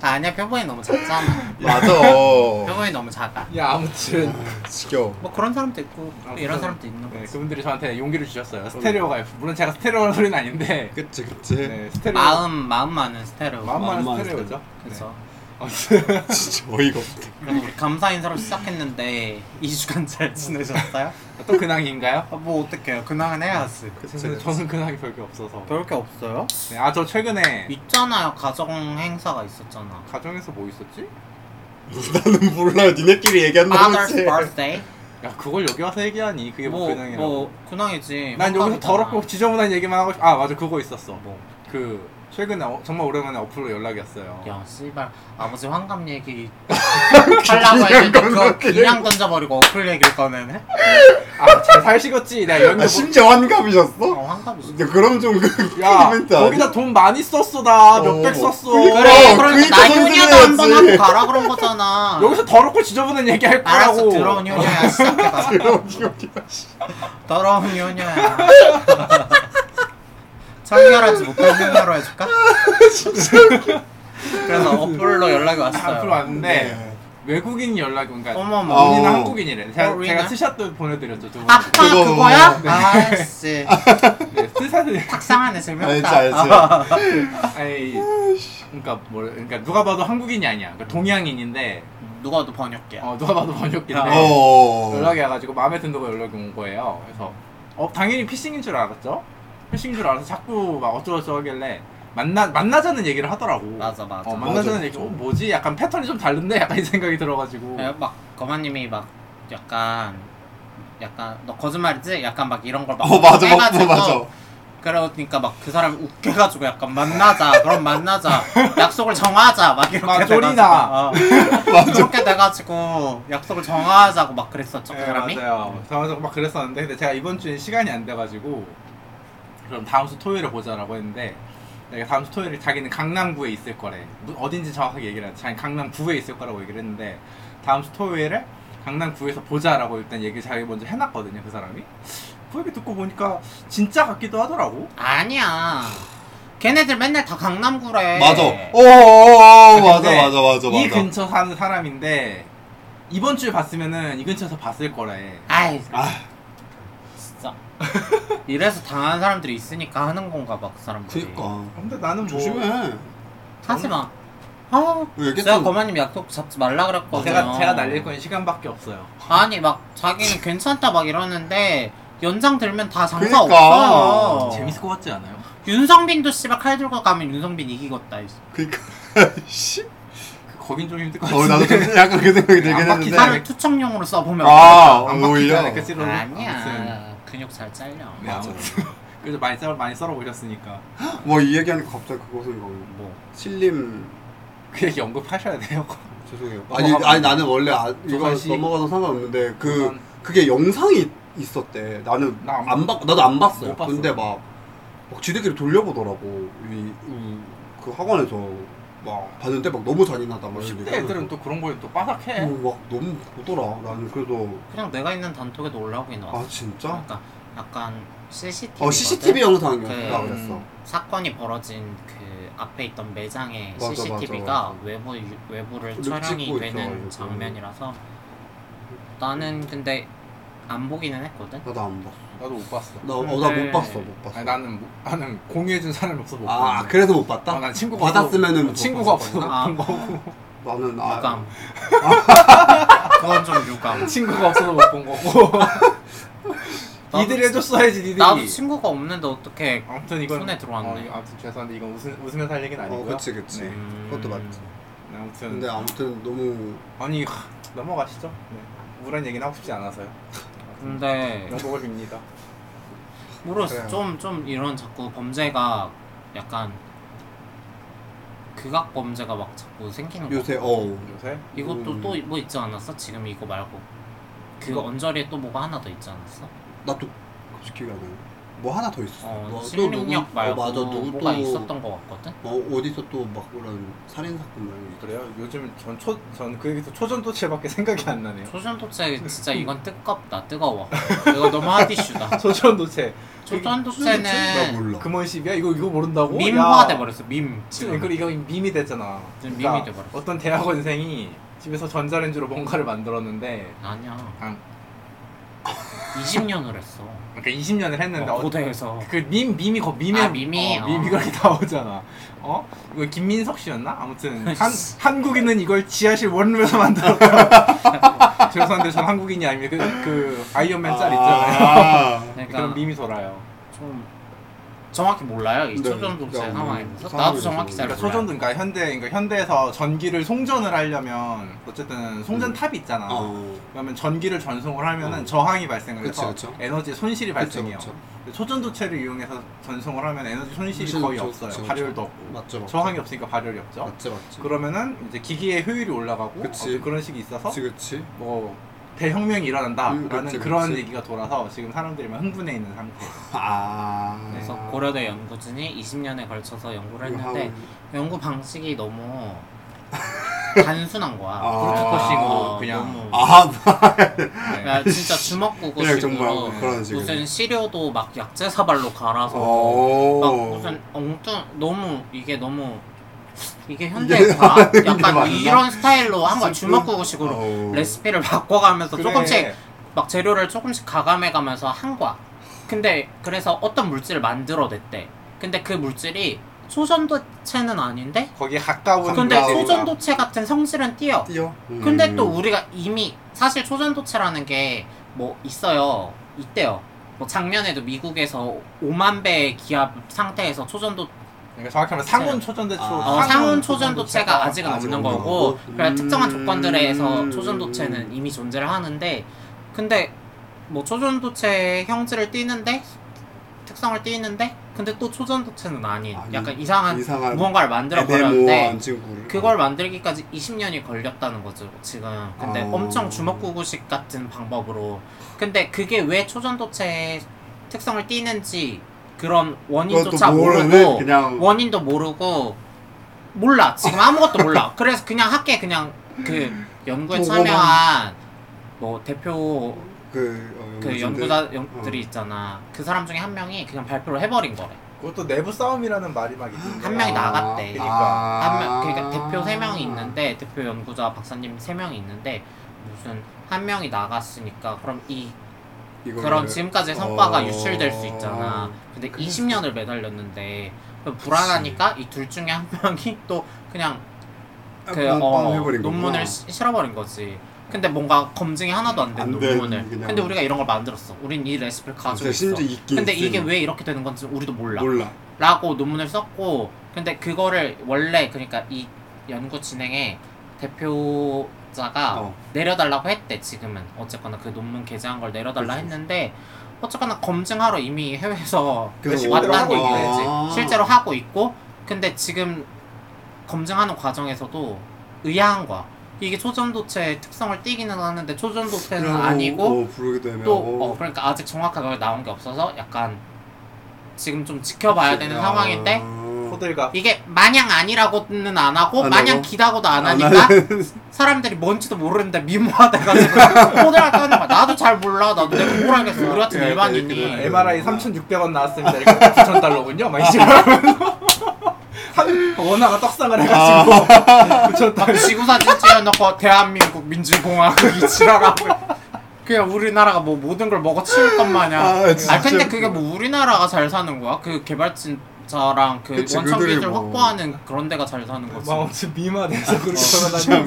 C: 아니야 표본이 너무 작잖아.
D: 맞아.
C: 표본이 너무 작아.
B: 야 아무튼
D: 지겨워.
C: 뭐 그런 사람도 있고 이런 사람도 있는
B: 네,
C: 거지.
B: 그분들이 저한테 용기를 주셨어요. 스테레오가 물론 제가 스테레오라는 소리는 아닌데
D: 그치 그치.
B: 네, 스테레오
C: 마음 마음만은 스테레오.
B: 마음만은
D: 마음만은
B: 스테레오죠.
C: 그래서
B: 네. 아무튼
D: 진짜 어이가 없다.
C: 그래서 우리 감사 인사로 시작했는데 2주간 잘 지내셨어요?
B: 또 근황인가요?
C: 아, 뭐 어떡해요? 근황은 해야지.
B: 저는, 저는 근황이 별게 없어서.
C: 그럴 게 없어요?
B: 네, 아저 최근에
C: 있잖아요 가정 행사가 있었잖아.
B: 가정에서 뭐 있었지?
D: 나는 몰라요. 니네끼리 얘기한다고
C: Mother's
D: 했지.
C: birthday.
B: 야 그걸 여기 와서 얘기하니 그게 뭐,
C: 뭐,
B: 근황이라고?
C: 뭐 근황이지.
B: 난 여기서
C: 환갑이잖아.
B: 더럽고 지저분한 얘기만 하고 싶... 아 맞아 그거 있었어 그 최근에 어- 정말 오랜만에 어플로 연락이 왔어요
C: 야 씨발 아버지 환갑 얘기 하려고 했는데 그거
D: 건너뛰네.
C: 그냥 던져버리고 어플 얘기를 꺼내네?
B: 아잘 살식었지 내가 연결
D: 아 심지어 환갑이셨어?
C: 어 환갑이지.
D: 근데 그럼 좀그
B: 야 거기다 돈 많이 썼어 나 몇백
D: 어머.
B: 썼어
C: 그래
D: 어,
C: 그러니까
D: 그러니까
C: 나
D: 돈
C: 윤희도 한번 하고
D: 들여야지.
C: 가라 그런 거잖아
B: 여기서 더럽고 지저분한 얘기 할 거라고 아,
C: 알았어 더러운 윤희야 시작해봐 더러운 윤희야 청결하지 못한 윤희로 해줄까? 그래서 어플로 연락이
B: 아,
C: 왔어요
B: 앞으로 왔는데 외국인 연락이 온가
C: 어머머.
B: 언니는
D: 네. 어.
B: 한국인이래 제가,
C: 어,
B: 제가
C: 우리나?
B: 스샷도 보내드렸죠 두 분.
C: 아빠
D: 그거-
C: 그거야? 아씨
B: 네, 스샷을
C: 탁상하네
D: 알지
C: 재미없다
D: 알지.
B: 아니 그러니까 뭐 그러니까 누가 봐도 한국인이 아니야 그러니까 동양인인데
C: 누가 또 번역해
B: 어, 누가 봐도 번역인데
D: 어.
B: 연락이 와가지고 마음에 든다고 연락이 온 거예요. 그래서 어 당연히 피싱인 줄 알았죠. 피싱인 줄 알아서 자꾸 막 어쩌고저쩌고 하길래 만나 만나자는 얘기를 하더라고.
C: 맞아, 맞아.
B: 어, 만나자는
D: 맞아.
B: 얘기. 어 뭐지? 약간 패턴이 좀 다른데 약간 이 생각이 들어가지고.
C: 네, 막 거마님이 막 약간 약간 너 거짓말이지? 약간 막 이런 걸막
D: 어 맞아 맞아 맞아.
C: 그러니까 막 그 사람 웃겨가지고 약간 만나자 그럼 만나자 약속을 정하자 막 이렇게
B: 막
C: 돼가지고
B: 졸이나.
C: 어. 그렇게 돼가지고 약속을 정하자고 막 그랬었죠 그
B: 네,
C: 사람이
B: 맞아요. 정화서 막 그랬었는데 근데 제가 이번 주에 시간이 안 돼가지고 그럼 다음 주 토요일에 보자라고 했는데 내가 다음 주 토요일에 자기는 강남구에 있을 거래. 무- 어딘지 정확하게 얘기를 안 해. 자기 강남구에 있을 거라고 얘기를 했는데 다음 주 토요일에 강남구에서 보자라고 일단 얘기를 자기 먼저 해놨거든요. 그 사람이. 그 얘기 듣고 보니까 진짜 같기도 하더라고.
C: 아니야 걔네들 맨날 다
B: 네.
C: 강남구래.
D: 맞아. 어, 어어어 맞아
B: 근데
D: 맞아 맞아
B: 이
D: 맞아.
B: 근처 사는 사람인데 이번 주에 봤으면은 이 근처에서 봤을 거래.
C: 아이
D: 아
C: 진짜. 이래서 당하는 사람들이 있으니까 하는 건가 봐 그 사람들이.
D: 그니까
B: 근데 나는 뭐
D: 조심해.
C: 하지 마. 아,
D: 얘기했던-
C: 제가 거마님 약속 잡지 말라 그랬거든요.
B: 제가 제가 날릴 건 시간밖에 없어요.
C: 아니 막 자기는 괜찮다 막 이러는데 연장 들면 다 장사
D: 그러니까.
C: 없어요.
B: 재밌을 것 같지 않아요?
C: 윤성빈도 씨발 칼 들고 가면 윤성빈 이기겠다. 이씨.
D: 그니까 씨.
B: 그 거긴 좀 힘들 것
D: 어
B: 같은데.
D: 나도 좀 약간 그 생각이 들긴
B: 안
D: 했는데.
B: 네.
C: 칼을 투척용으로 써보면
D: 아
B: 안 바뀌지
D: 오히려.
B: 않을까 싶어서. 아무튼.
C: 아니야. 근육 잘 잘려.
B: 네, 아무튼. 그래서 많이 썰 많이 썰어 보셨으니까
D: 뭐이 얘기하니까 갑자기 그거 생각나.
C: 뭐.
D: 실림
B: 그 얘기 언급하셔야 돼요.
D: 죄송해요. 아니
B: 넘어가면
D: 아니
B: 안 돼.
D: 나는 원래 아, 이거
B: 조선시-
D: 넘어가도 상관없는데 그
B: 조선-
D: 그게 영상이 있었대. 나는
B: 나안
D: 안 봤, 나도 안 봤어요.
B: 못 봤어.
D: 근데 막, 막 지들끼리 돌려보더라고. 이, 이- 그 학원에서 막 봤는데 막 너무 잔인하다 막 이런
B: 10대
D: 얘기하면서.
B: 뭐 애들은 또 그런 거에 또 빠삭해.
D: 어, 막 너무 보더라. 나는 그래서
C: 그냥 내가 있는 단톡에도 올라오고 있는
D: 아 진짜?
C: 그러니까 약간 CCTV.
D: 어 CCTV 영상이었다
C: 그-
D: 그랬어.
C: 사건이 벌어진 그 앞에 있던 매장의
D: 맞아, 맞아,
C: CCTV가
D: 맞아. 그
C: 외부 유- 외부를
D: 찍고
C: 촬영이
D: 있어가지고.
C: 되는 장면이라서 나는 근데 안 보기는 했거든.
D: 나도 안 봤어.
B: 나도 못 봤어.
D: 나나못
C: 근데-
D: 봤어 못 봤어.
B: 아니, 나는 못- 나는 공유해준 사람이 없어 못 봤어.
D: 아 그래서 못 봤다?
B: 아, 난 친구가
D: 받았으면은
B: 없어서-
D: 못
B: 친구가
D: 봤을
B: 없어서
D: 거야.
C: 아.
B: 못 본 거고
D: 나는 아
C: 유감. 그건 좀 유감.
B: 친구가 없어서 못 본 거고 니들이 해줬어야지 니들이
C: 나도 친구가 없는데 어떻게?
B: 아무튼 이건
C: 손에 들어왔네.
B: 어, 이거 아무튼 죄송한데 이건 웃으, 웃으면서 할 얘기는 아니고요
D: 어, 그치 그치.
B: 네.
C: 음.
D: 그것도 맞지.
B: 아무튼
D: 근데 아무튼 너무
B: 아니 하, 넘어가시죠 네. 우울한 얘기는 하고 싶지 않아서요
C: 음. 근데
B: 넘어가 빕니다
C: 모르겠어.
D: 그래요.
C: 좀좀 이런 자꾸 범죄가 약간 극악 범죄가 막 자꾸 생기는 거.
D: 요새 어
B: 요새
C: 이것도
D: 음.
C: 또 뭐 있지 않았어? 지금 이거 말고 그
B: 이거?
C: 언저리에 또 뭐가 하나 더 있지 않았어?
D: 나도 갑자기 기억이 안 나요. 뭐 하나 더 있었어.
C: 어,
D: 뭐, 또 누구-
C: 신림역 말고
D: 어, 맞아. 누구
C: 뭐가
D: 또
C: 있었던 것 같거든?
D: 어, 어디서 또 막 그런 살인 사건 뭐 말고
B: 그래요 요즘 전초전그 얘기서 초전도체밖에 생각이 안 나네요
C: 초전도체 진짜 이건 뜨겁다 뜨거워 이거 너무 핫이슈다
B: 초전도체
D: 나
C: 초전도체는
D: 몰라.
B: 금원십이야 이거 이거 모른다고
C: 밈화
B: 야.
C: 돼버렸어 밈 지금
B: 그리고 이거 밈이 됐잖아
C: 지금 밈이
B: 그러니까
C: 돼버렸어.
B: 어떤 대학원생이 집에서 전자레인지로 뭔가를 만들었는데
C: 아니야
B: 한
C: 20년을 했어
B: 그러니까 20년을 했는데
C: 어,
B: 어,
C: 고대에서
B: 그밈 밈이 거 밈이
C: 아, 밈이,
B: 어,
C: 어.
B: 밈이 그렇게 나오잖아. 어 이거 김민석 씨였나? 아무튼 한 한국인은 이걸 지하실 원룸에서 만들었다. 죄송한데 전 한국인이 아닙니다. 그, 그 아이언맨 짤 있잖아요.
D: 있잖아요.
C: 그러니까
B: 그런 밈이 돌아요.
C: 좀 정확히 몰라요 이
D: 네,
C: 초전도체
D: 그러니까
C: 상황에
D: 음,
C: 대해서 나도
D: 상황에
C: 정확히 잘
D: 대해서.
B: 그러니까
C: 몰라요
B: 소전도 그러니까 현대 그러니까 현대에서 전기를 송전을 하려면 어쨌든 송전
D: 음.
B: 탑이 있잖아.
D: 어.
B: 그러면 전기를 전송을 하면은
D: 어.
B: 저항이 발생을
D: 그쵸,
B: 해서
D: 그쵸.
B: 에너지 손실이
D: 그쵸,
B: 발생해요.
D: 그쵸.
B: 근데 초전도체를 이용해서 전송을 하면 에너지 손실이
D: 그쵸,
B: 거의
D: 그쵸,
B: 없어요.
D: 그쵸,
B: 발열도
D: 그쵸.
B: 없고
D: 맞죠, 맞죠.
B: 저항이 없으니까 발열이 없죠.
D: 맞지 맞지.
C: 그렇죠?
B: 그러면은 이제 기기의 효율이 올라가고
D: 그치.
B: 어떤 그런 식이 있어서
D: 그치 그치.
B: 뭐 대혁명이 일어난다라는
D: 음, 그치,
B: 그런
D: 그치.
B: 얘기가 돌아서 지금 사람들이 막 흥분해 있는 상태.
D: 아.
C: 그래서 고려대 연구진이 20년에 걸쳐서 연구를 했는데 연구 방식이 너무 단순한 거야.
D: 아.
B: 프로토콜식으로 그냥.
C: 너무
D: 아
B: 네.
C: 그냥 진짜
D: 그냥
C: 주먹구구식으로
D: 정말 그런 식으로.
C: 무슨 시료도 막 약재 사발로 갈아서
D: 오.
C: 막 무슨 엉뚱 너무 이게 너무 이게 현대 과학
D: 이게 맞나?
C: 약간 이런 스타일로 한 거야 주먹구구식으로
D: 어.
C: 레시피를 바꿔가면서
B: 그래.
C: 조금씩 막 재료를 조금씩 가감해가면서 한 거야. 근데 그래서 어떤 물질을 만들어냈대. 근데 그 물질이 소전도체는 아닌데
B: 거기에 가까운
C: 근데
B: 물질이나
C: 초전도체 같은 성질은 띄어.
D: 띄어. 음.
C: 근데 또 우리가 이미 사실 초전도체라는 게 뭐 있어요. 있대요. 뭐 작년에도 미국에서 5만 배의 기압 상태에서 초전도
B: 그러니까 정확하면 상온 초전도체
D: 아.
C: 어, 상온 초전도체가 아직은
D: 아직
C: 없는
D: 없는
C: 거고 음.
D: 거고.
C: 그래
D: 음.
C: 특정한 조건들에서 초전도체는 이미 존재를 하는데 근데 뭐 초전도체의 형질을 띠는데 특성을 띠는데 근데 또 초전도체는 아닌
D: 아니,
C: 약간 이상한
D: 이상한
C: 무언가를 만들어 버렸는데
D: 애매모호한 친구를.
C: 그걸 만들기까지 20년이 걸렸다는 거죠 지금 근데
D: 아.
C: 엄청 주먹구구식 같은 방법으로 근데 그게 왜 초전도체의 특성을 띠는지 그런 원인조차
D: 그것도
C: 모르고 뭐
D: 모르는 그냥
C: 원인도 모르고 몰라 지금 아무것도 몰라 그래서 그냥 학계 그냥 그 연구에
D: 보고만.
C: 참여한 뭐 대표
D: 그, 어,
C: 그
D: 연구진들. 어.
C: 연구자들이 있잖아 그 사람 중에 한 명이 그냥 발표를 해버린 거래
B: 그것도 내부 싸움이라는 말이 막 있는데
C: 한 명이
B: 아,
C: 나갔대.
B: 그러니까.
C: 한
D: 아.
C: 명, 그러니까 대표 세 명이 있는데 대표 연구자 박사님 세 명이 있는데 무슨 한 명이 나갔으니까 그럼 이
D: 이거를-
C: 그런 지금까지의 성과가
D: 어.
C: 유출될 수 있잖아. 근데
D: 그럴
C: 20년을 매달렸는데 그럼 불안하니까 이 둘 중에 한 명이 또 그냥
D: 아,
C: 그
D: 그냥
C: 어,
D: 빵 해버린 거구나.
C: 논문을 시- 실어버린 거지. 근데 뭔가 검증이 하나도 안 된
D: 안 된,
C: 논문을.
D: 그냥.
C: 근데 우리가 이런 걸 만들었어. 우린 이 레시피를 가지고
D: 진짜
C: 있어.
D: 심지어 있긴
C: 근데 이게
D: 있음.
C: 왜 이렇게 되는 건지 우리도 몰라.
D: 몰라
C: 라고 논문을 썼고 근데 그거를 원래 그러니까 이 연구 진행에 대표자가
D: 어.
C: 내려달라고 했대 지금은 어쨌거나 그 논문 게재한 걸 내려달라
D: 그치.
C: 했는데 어쨌거나 검증하러 이미 해외에서
D: 그래서 아.
C: 왔다는
B: 실제로 하고
C: 얘기지
D: 있네.
C: 실제로 하고 있고 근데 지금 검증하는 과정에서도 의아한 거야 이게 초전도체의 특성을 띠기는 하는데 초전도체는
D: 그러고,
C: 아니고
D: 어, 부르기도 애매하고
C: 또 어, 그러니까 아직 정확하게 나온 게 없어서 약간 지금 좀 지켜봐야 되는
D: 야.
C: 상황인데
D: 아.
B: 호들갑
C: 이게 마냥 아니라고는 안 하고
D: 안
C: 마냥
D: 하고?
C: 기다고도 안
D: 안
C: 하니까 사람들이 뭔지도 모르는데 미모하다 가지고 호들갑 떠는 거야 나도 잘 몰라 나도 내가 뭘 알겠어 우리 같은
D: 야,
C: 일반인이
D: 그래,
B: MRI 3,600원 나왔습니다. 이거 9,000달러군요. 막 이제 한 원화가 떡상을 해가지고
C: 아.
B: 9,000달러.
C: 막 지구사진 찍어놓고 대한민국 민주공화국이 지랄하고 그냥 우리나라가 뭐 모든 걸 먹어치울 것 마냥
D: 아,
C: 아,
D: 진짜.
C: 근데 그게 뭐 우리나라가 잘 사는 거야? 그 개발진자랑 그
D: 그치,
C: 원천
D: 그들이
C: 기술
D: 뭐.
C: 확보하는 그런 데가 잘 사는 거지
B: 막 엄청 미마돼서 그렇게
C: 좀
B: 돌아다니고 있어요.
C: 어,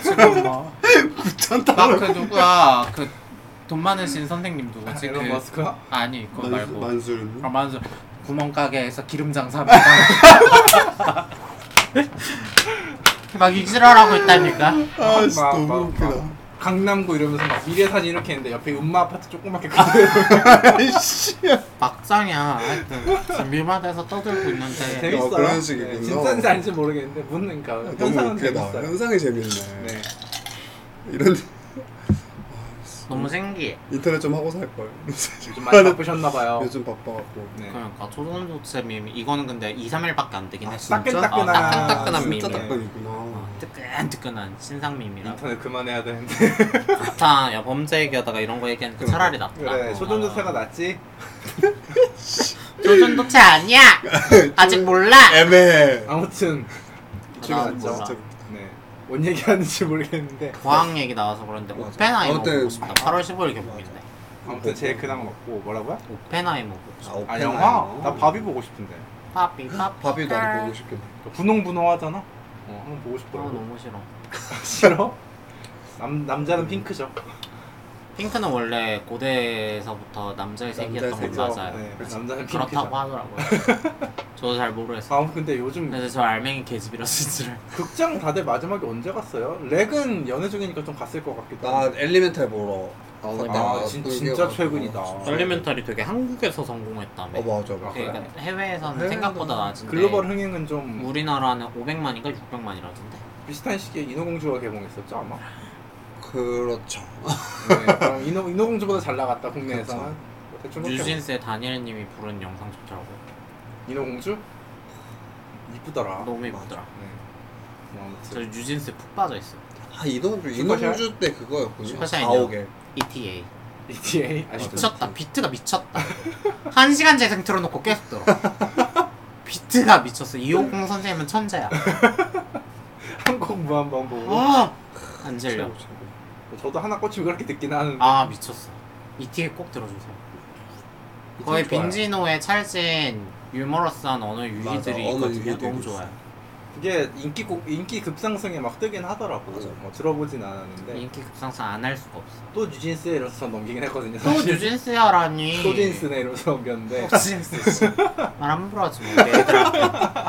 C: 지금 막그
D: 9천 달러
C: 누구야 그 돈 많으신 선생님
D: 아,
C: 누구지?
B: 일론
C: 그
B: 머스크?
C: 아니 그거 말고
D: 만수른
C: 아, 만수 구멍가게에서 기름 장사합니다 막 이지랄하고 있다니까
D: 아 진짜
B: 막,
D: 너무
B: 막,
D: 웃기다
B: 막 강남구 이러면서 막 미래사진 이렇게 했는데 옆에 음마 아파트 조그맣게 그대로
D: 아이씨
C: 막장이야 하여튼 밀마다에서 떠들고 있는데
B: 재밌어요.
D: 그런 식이군요.
B: 네, 진짜인지 아닌지 모르겠는데 묻는 거.
D: 너무
B: 현상은
D: 웃기다
B: 재밌어요.
D: 현상이
C: 아,
D: 재밌네
B: 네.
D: 이런
C: 너무 신기해
D: 인터넷 좀 하고 살걸
B: 요즘
C: 아,
B: 많이 바쁘셨나 봐요.
D: 요즘 바빠갖고
B: 네.
C: 그러니까 초선도체 밈 이거는 근데 2, 3일밖에 안 되긴 했어
B: 따끈따끈한
C: 아, 따끈따끈한
D: 진짜
C: 밈이네.
D: 따끈이구나
C: 어, 뜨끈뜨끈한 신상 밈이라
B: 인터넷 그만해야 되는데.
C: 좋다 야 범죄 얘기하다가 이런 거 얘기하니까 차라리 낫다 어.
B: 그래. 초전도세가 낫지.
C: 초전도체 아니야 아직 몰라
D: 애매해
B: 아무튼
C: 나
B: 지금
C: 몰라
D: 진짜
B: 네. 뭔 얘기하는지 모르겠는데
C: 과학 얘기 나와서 그런데
D: 맞아.
C: 오펜하이머
D: 아무튼-
C: 보고 싶다 8월 15일 개봉인데
B: 아무튼 제일 근황 먹고 뭐라고요?
C: 오펜하이머 보고 싶다
B: 아 영화? 나 바비 보고 싶은데.
C: 파비 파비
D: 밥이 나도 보고 싶겠네
B: 분홍분홍하잖아. 어, 한번 보고
C: 아
B: 싶더라고.
C: 너무 싫어
B: 싫어? 남 남자는 핑크죠.
C: 핑크는 원래 고대에서부터 남자의 색이었던 건
D: 색이죠.
C: 맞아요
B: 네, 남자는 핑크죠.
C: 그렇다고 하더라고요 저도 잘 모르겠어
B: 아 근데 요즘
C: 그래서 저 알맹이 개집이라 진짜
B: 극장 다들 마지막에 언제 갔어요? 렉은 연애 중이니까 좀 갔을 것 같기도
D: 나
B: 하고.
D: 엘리멘탈 보러
C: 아,
B: 아, 진- 진짜 최근이다.
C: 엘리멘탈이 되게 한국에서 성공했다며
D: 아, 어 맞아 맞아
C: 그러니까 해외에서는
D: 해외에서는
C: 생각보다 낮은데
B: 글로벌 흥행은 좀
C: 우리나라는 500만인가 600만이라던데
B: 비슷한 시기에 인어공주가 개봉했었죠 아마.
D: 그렇죠
B: 네, 그럼 인어 인어공주보다 잘 나갔다 국내에서는.
C: 그렇죠.
B: 뭐 대충 그렇게
C: 뉴진스의 다니엘님이 부른 영상 좋더라고
B: 뭐. 인어공주 이쁘더라.
C: 너무 예쁘더라
B: 네. 뭐
C: 저
B: 아무튼
C: 뉴진스 푹 빠져있어
D: 아 이동주
B: 슈퍼샤인?
D: 이동주 때 그거였군요 아,
C: 슈퍼샤인이요.
D: 가옥에
C: ETA
B: ETA 아쉽다.
C: E 어, 미쳤다 비트가 미쳤다 한 시간 재생 틀어놓고 계속 들어 비트가 미쳤어 250 선생님은 천재야
B: 한국 무한방 보고
C: 어! 안 질려
D: 최고, 최고.
B: 저도 하나 꽂히면 그렇게 듣긴 하는데
C: 아 미쳤어 ETA 꼭 들어주세요 거의
B: 좋아요.
C: 빈지노의 찰진 유머러스한 언어 유희들이
D: 맞아, 언어
C: 있거든요
D: 유희들이
C: 너무
D: 있어.
C: 좋아요
B: 그게 인기 꼭 인기 급상승에 막 뜨긴 하더라고.
D: 맞아.
B: 뭐 들어보진 않았는데
C: 인기 급상승 안 할 수가 없어
B: 또 뉴진스에 이러면서 넘기긴 했거든요.
C: 또
B: 사실.
C: 뉴진스야라니
B: 네. 또 진스네 이러면서 넘겼는데
C: 뉴진스 씨. 말 함부로 하지 마 우리 애들한테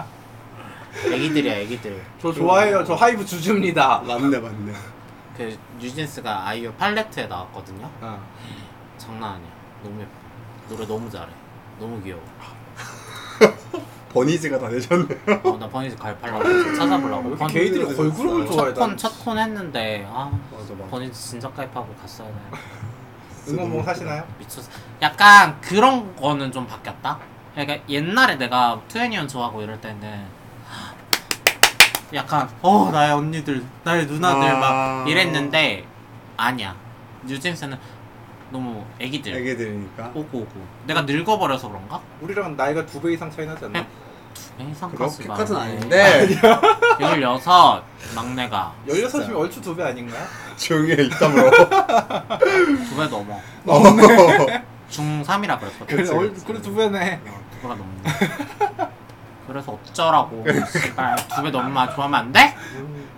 C: 애기들이야 애기들
B: 저 좋아해요. 저 하이브 주주입니다.
D: 맞네 맞네
C: 그 뉴진스가 아이유 팔레트에 나왔거든요
B: 어.
C: 장난 아니야 너무 예뻐 노래 너무 잘해 너무 귀여워
D: 버니즈가 다 되셨네
C: 어, 나 버니즈 가입 하려고 해서 찾아보려고
B: 왜 이렇게 게이들이 걸그룹을 좋아해?
C: 첫콘 첫콘 했는데 아
D: 맞아 맞아
C: 버니즈 진짜 가입하고 갔어야 돼
B: 응원봉 사시나요?
C: 미쳤어. 약간 그런 거는 좀 바뀌었다. 그러니까 옛날에 내가 투애니언 좋아하고 이럴 때는 약간 어 나의 언니들, 나의 누나들
D: 아.
C: 막 이랬는데 아니야. 뉴진스는 너무 애기들
D: 애기들이니까.
C: 오고 오고 내가 늙어버려서 그런가?
B: 우리랑 나이가 두 배 이상 차이 나지 않나?
C: 이상까지
D: 그렇게까진 아닌데
C: 16 막내가
B: 16이면 얼추 두 배 아닌가?
D: 조용히 해 입담으로.
C: 두 배 넘어
D: 어.
C: 중3이라 그랬거든
B: 그래,
D: 그치,
B: 얼,
D: 그치.
B: 그래 두 배네.
C: 두배가 넘는 그래서 어쩌라고 아, 두배 넘으면 좋아하면 안 돼?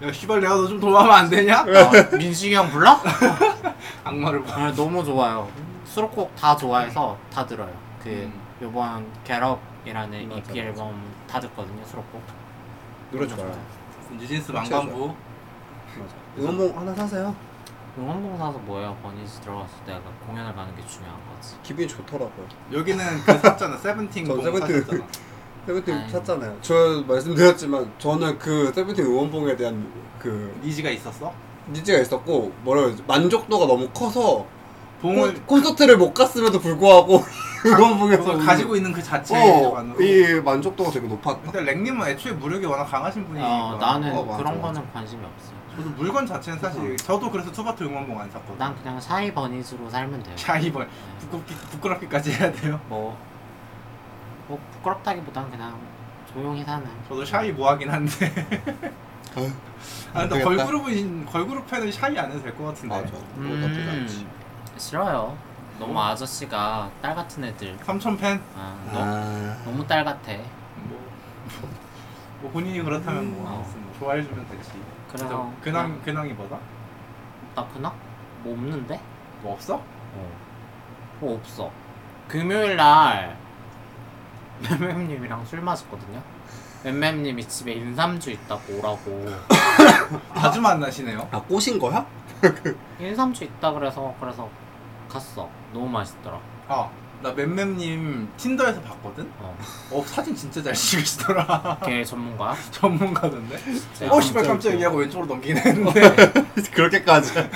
B: 야, 씨발 내가 너 좀 도와면 안 되냐?
C: 어, 민식이 형 불러?
B: 악마를 봐.
C: 아, 너무 좋아요 수록곡 다 좋아해서 다 들어요 그
B: 음.
C: 요번
D: 맞아,
C: 겟업이라는
D: 그렇죠.
C: EP
D: 맞아.
C: 앨범 다 듣거든요 수록곡
D: 노래
C: 너무
D: 좋아요.
C: 좋아요.
B: 뉴진스 망간부.
D: 응원봉 하나 사세요.
C: 응원봉 사서 뭐예요 버니즈 들어가서 내가 공연을 가는 게 중요한 거지
D: 기분이 좋더라고요.
B: 여기는 그 샀잖아. 세븐틴
D: 저
B: 공
D: 세븐틴.
B: 샀잖아.
D: 세븐틴
C: 아유.
D: 샀잖아요. 저 말씀드렸지만 저는 그 세븐틴 응원봉에 대한 그
B: 니즈가 있었어?
D: 니즈가 있었고 뭐라 그러지 만족도가 너무 커서
B: 봉을
D: 콘- 콘서트를 못 갔음에도 불구하고 응원봉에서 어,
B: 봉을 가지고 있는 그 자체만으로.
D: 어이 만족도가 되게 높았다.
B: 근데 랭님은 애초에 무력이 워낙 강하신 분이니까.
C: 어, 나는
D: 어, 맞아,
C: 그런
D: 맞아.
C: 거는 관심이 없어요
B: 저도 물건 자체는 사실 저도 그래서 투바트 응원봉 안 샀거든.
C: 난 그냥 샤이 버니즈로 살면 돼요
B: 자 이번 부끄럽기, 부끄럽기까지 해야 돼요.
C: 뭐, 뭐 부끄럽다기보단 그냥 조용히 사는
B: 저도 샤이 모하긴 한데.
D: 아유,
B: 아 근데
D: 되겠다.
B: 걸그룹은 걸그룹 팬은 샤이 안 해도 될 것 같은데.
D: 맞아. 뭐 나쁘지 않지.
C: 음, 싫어요 뭐? 너무 아저씨가 딸 같은 애들
B: 삼촌 팬?
C: 아, 너,
D: 아.
C: 너무 딸 같아
B: 뭐, 뭐 본인이 그렇다면 뭐 아무튼 뭐 좋아해주면 되지.
C: 그래서
B: 근황 근황이 뭐다?
C: 나 그나? 뭐 없는데?
B: 뭐 없어?
C: 뭐 없어 금요일 날 맴맴님이랑 술 마셨거든요 맴맴님이 집에 인삼주 있다고 오라고
B: 자주 만나시네요.
D: 아 꼬신 거야?
C: 인삼주 있다 그래서 그래서 갔어 너무 맛있더라
B: 아나 맴맴님 틴더에서 봤거든.
C: 어.
B: 어 사진 진짜 잘 찍으시더라.
C: 걔 전문가야
B: 전문가던데.
C: 진짜.
B: 어 씨발 깜짝이야. 하고 왼쪽으로 넘기긴 했는데.
D: 그렇게까지.
B: 네.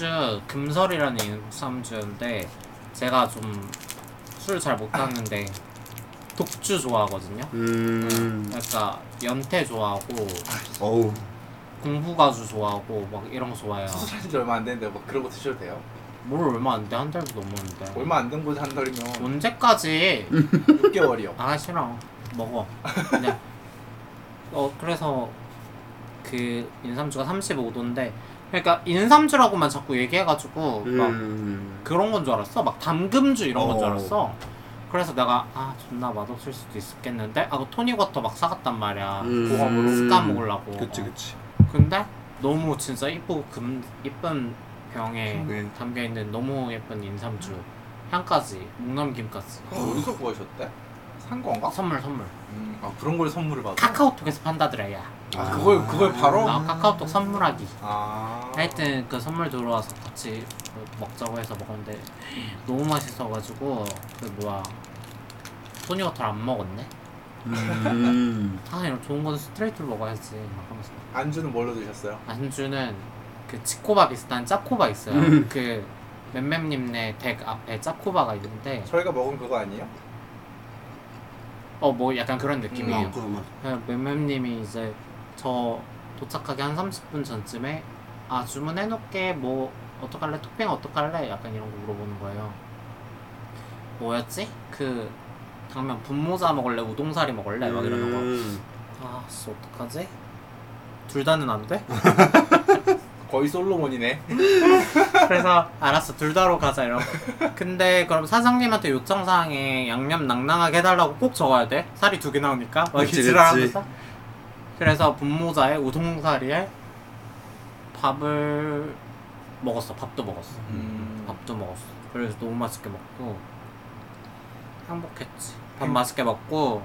C: 인삼주 금설이라는 인삼주인데 제가 좀 술 잘 못하는데 독주 좋아하거든요.
D: 음.
C: 그러니까 연태 좋아하고
D: 어우.
C: 공부가주 좋아하고 막 이런 거 좋아해요.
B: 수술하신 지 얼마 안 됐는데 뭐 그런 거 드셔도 돼요.
C: 뭘 얼마 안 돼 한 달도 넘었는데
B: 얼마 안된 거지 한 달이면
C: 언제까지
B: 6개월이요.
C: 아 싫어 먹어 그냥 어 그래서 그 인삼주가 35도인데 그러니까 인삼주라고만 자꾸 얘기해가지고 막
D: 음.
C: 그런 건 줄 알았어. 막 담금주 이런 건 줄
D: 어.
C: 알았어. 그래서 내가 아 존나 맛없을 수도 있겠는데 하고 토닉워터 막 사갔단 말이야.
D: 음.
C: 고감으로 쓱 까먹으려고.
D: 그치
C: 어.
D: 그치.
C: 근데 너무 진짜 이쁘고 금 이쁜 병에
D: 네.
C: 담겨 있는 너무 예쁜 인삼주 향까지 목넘김까지
B: 그거 어디서 구하셨대? 산 건가?
C: 선물 선물.
B: 음, 아 그런 걸 선물을 받아.
C: 카카오톡에서 판다더래야.
B: 아, 그걸 그걸 바로.
D: 음.
C: 나 아, 카카오톡 선물하기.
B: 아.
C: 하여튼 그 선물 들어와서 같이 그 먹자고 해서 먹었는데 너무 맛있어가지고 그 뭐야 토니워터를 안 먹었네
D: 음.
C: 아 이런 좋은 건 스트레이트로 먹어야지 막 하면서
B: 안주는 뭘로 드셨어요?
C: 안주는 그 치코바 비슷한 짜코바 있어요
D: 음.
C: 그 맴맴님네 댁 앞에 짜코바가 있는데
B: 저희가 먹은 그거 아니에요?
C: 어 뭐 약간 그런
D: 아,
C: 느낌이에요
D: 그러면.
C: 그냥 맴맴님이 이제 저 도착하기 한 30분 전쯤에 아 주문해놓게 뭐 어떡할래 토핑 어떡할래 약간 이런 거 물어보는 거예요 뭐였지? 그 당면 분모자 먹을래 우동사리 먹을래 막 이러는
D: 음.
C: 거아씨 어떡하지? 둘 다는 안 돼?
B: 거의 솔로몬이네.
C: 그래서 알았어 둘 다로 가자 이러고 근데 그럼 사장님한테 요청사항에 양념 낭낭하게 해달라고 꼭 적어야 돼? 살이 두 개 나오니까 막
D: 그치,
C: 이렇게 지랄하면서
D: 그치.
C: 그래서 분모자에 우동사리에 밥을 먹었어 밥도 먹었어
B: 음.
C: 밥도 먹었어 그래서 너무 맛있게 먹고 행복했지 밥 맛있게 먹고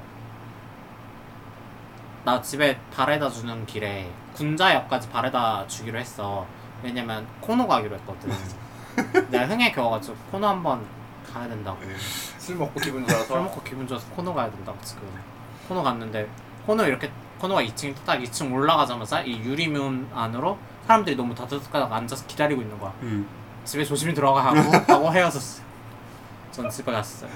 C: 나 집에 바래다 주는 길에 군자역까지 바래다 주기로 했어 왜냐면 코노 가기로 했거든 내가 흥에 겨워가지고 코노 한번 가야 된다고
B: 술 먹고 기분
C: 술
B: 좋아서
C: 먹고 기분 좋아서 코너 가야 된다고 지금 코너 갔는데 코너 이렇게 코너가 2층 딱 2층 올라가자마자 이 유리문 안으로 사람들이 너무 다다닥 앉아서 기다리고 있는 거야
D: 음.
C: 집에 조심히 들어가 하고 하고 헤어졌어요 전 집에 갔어요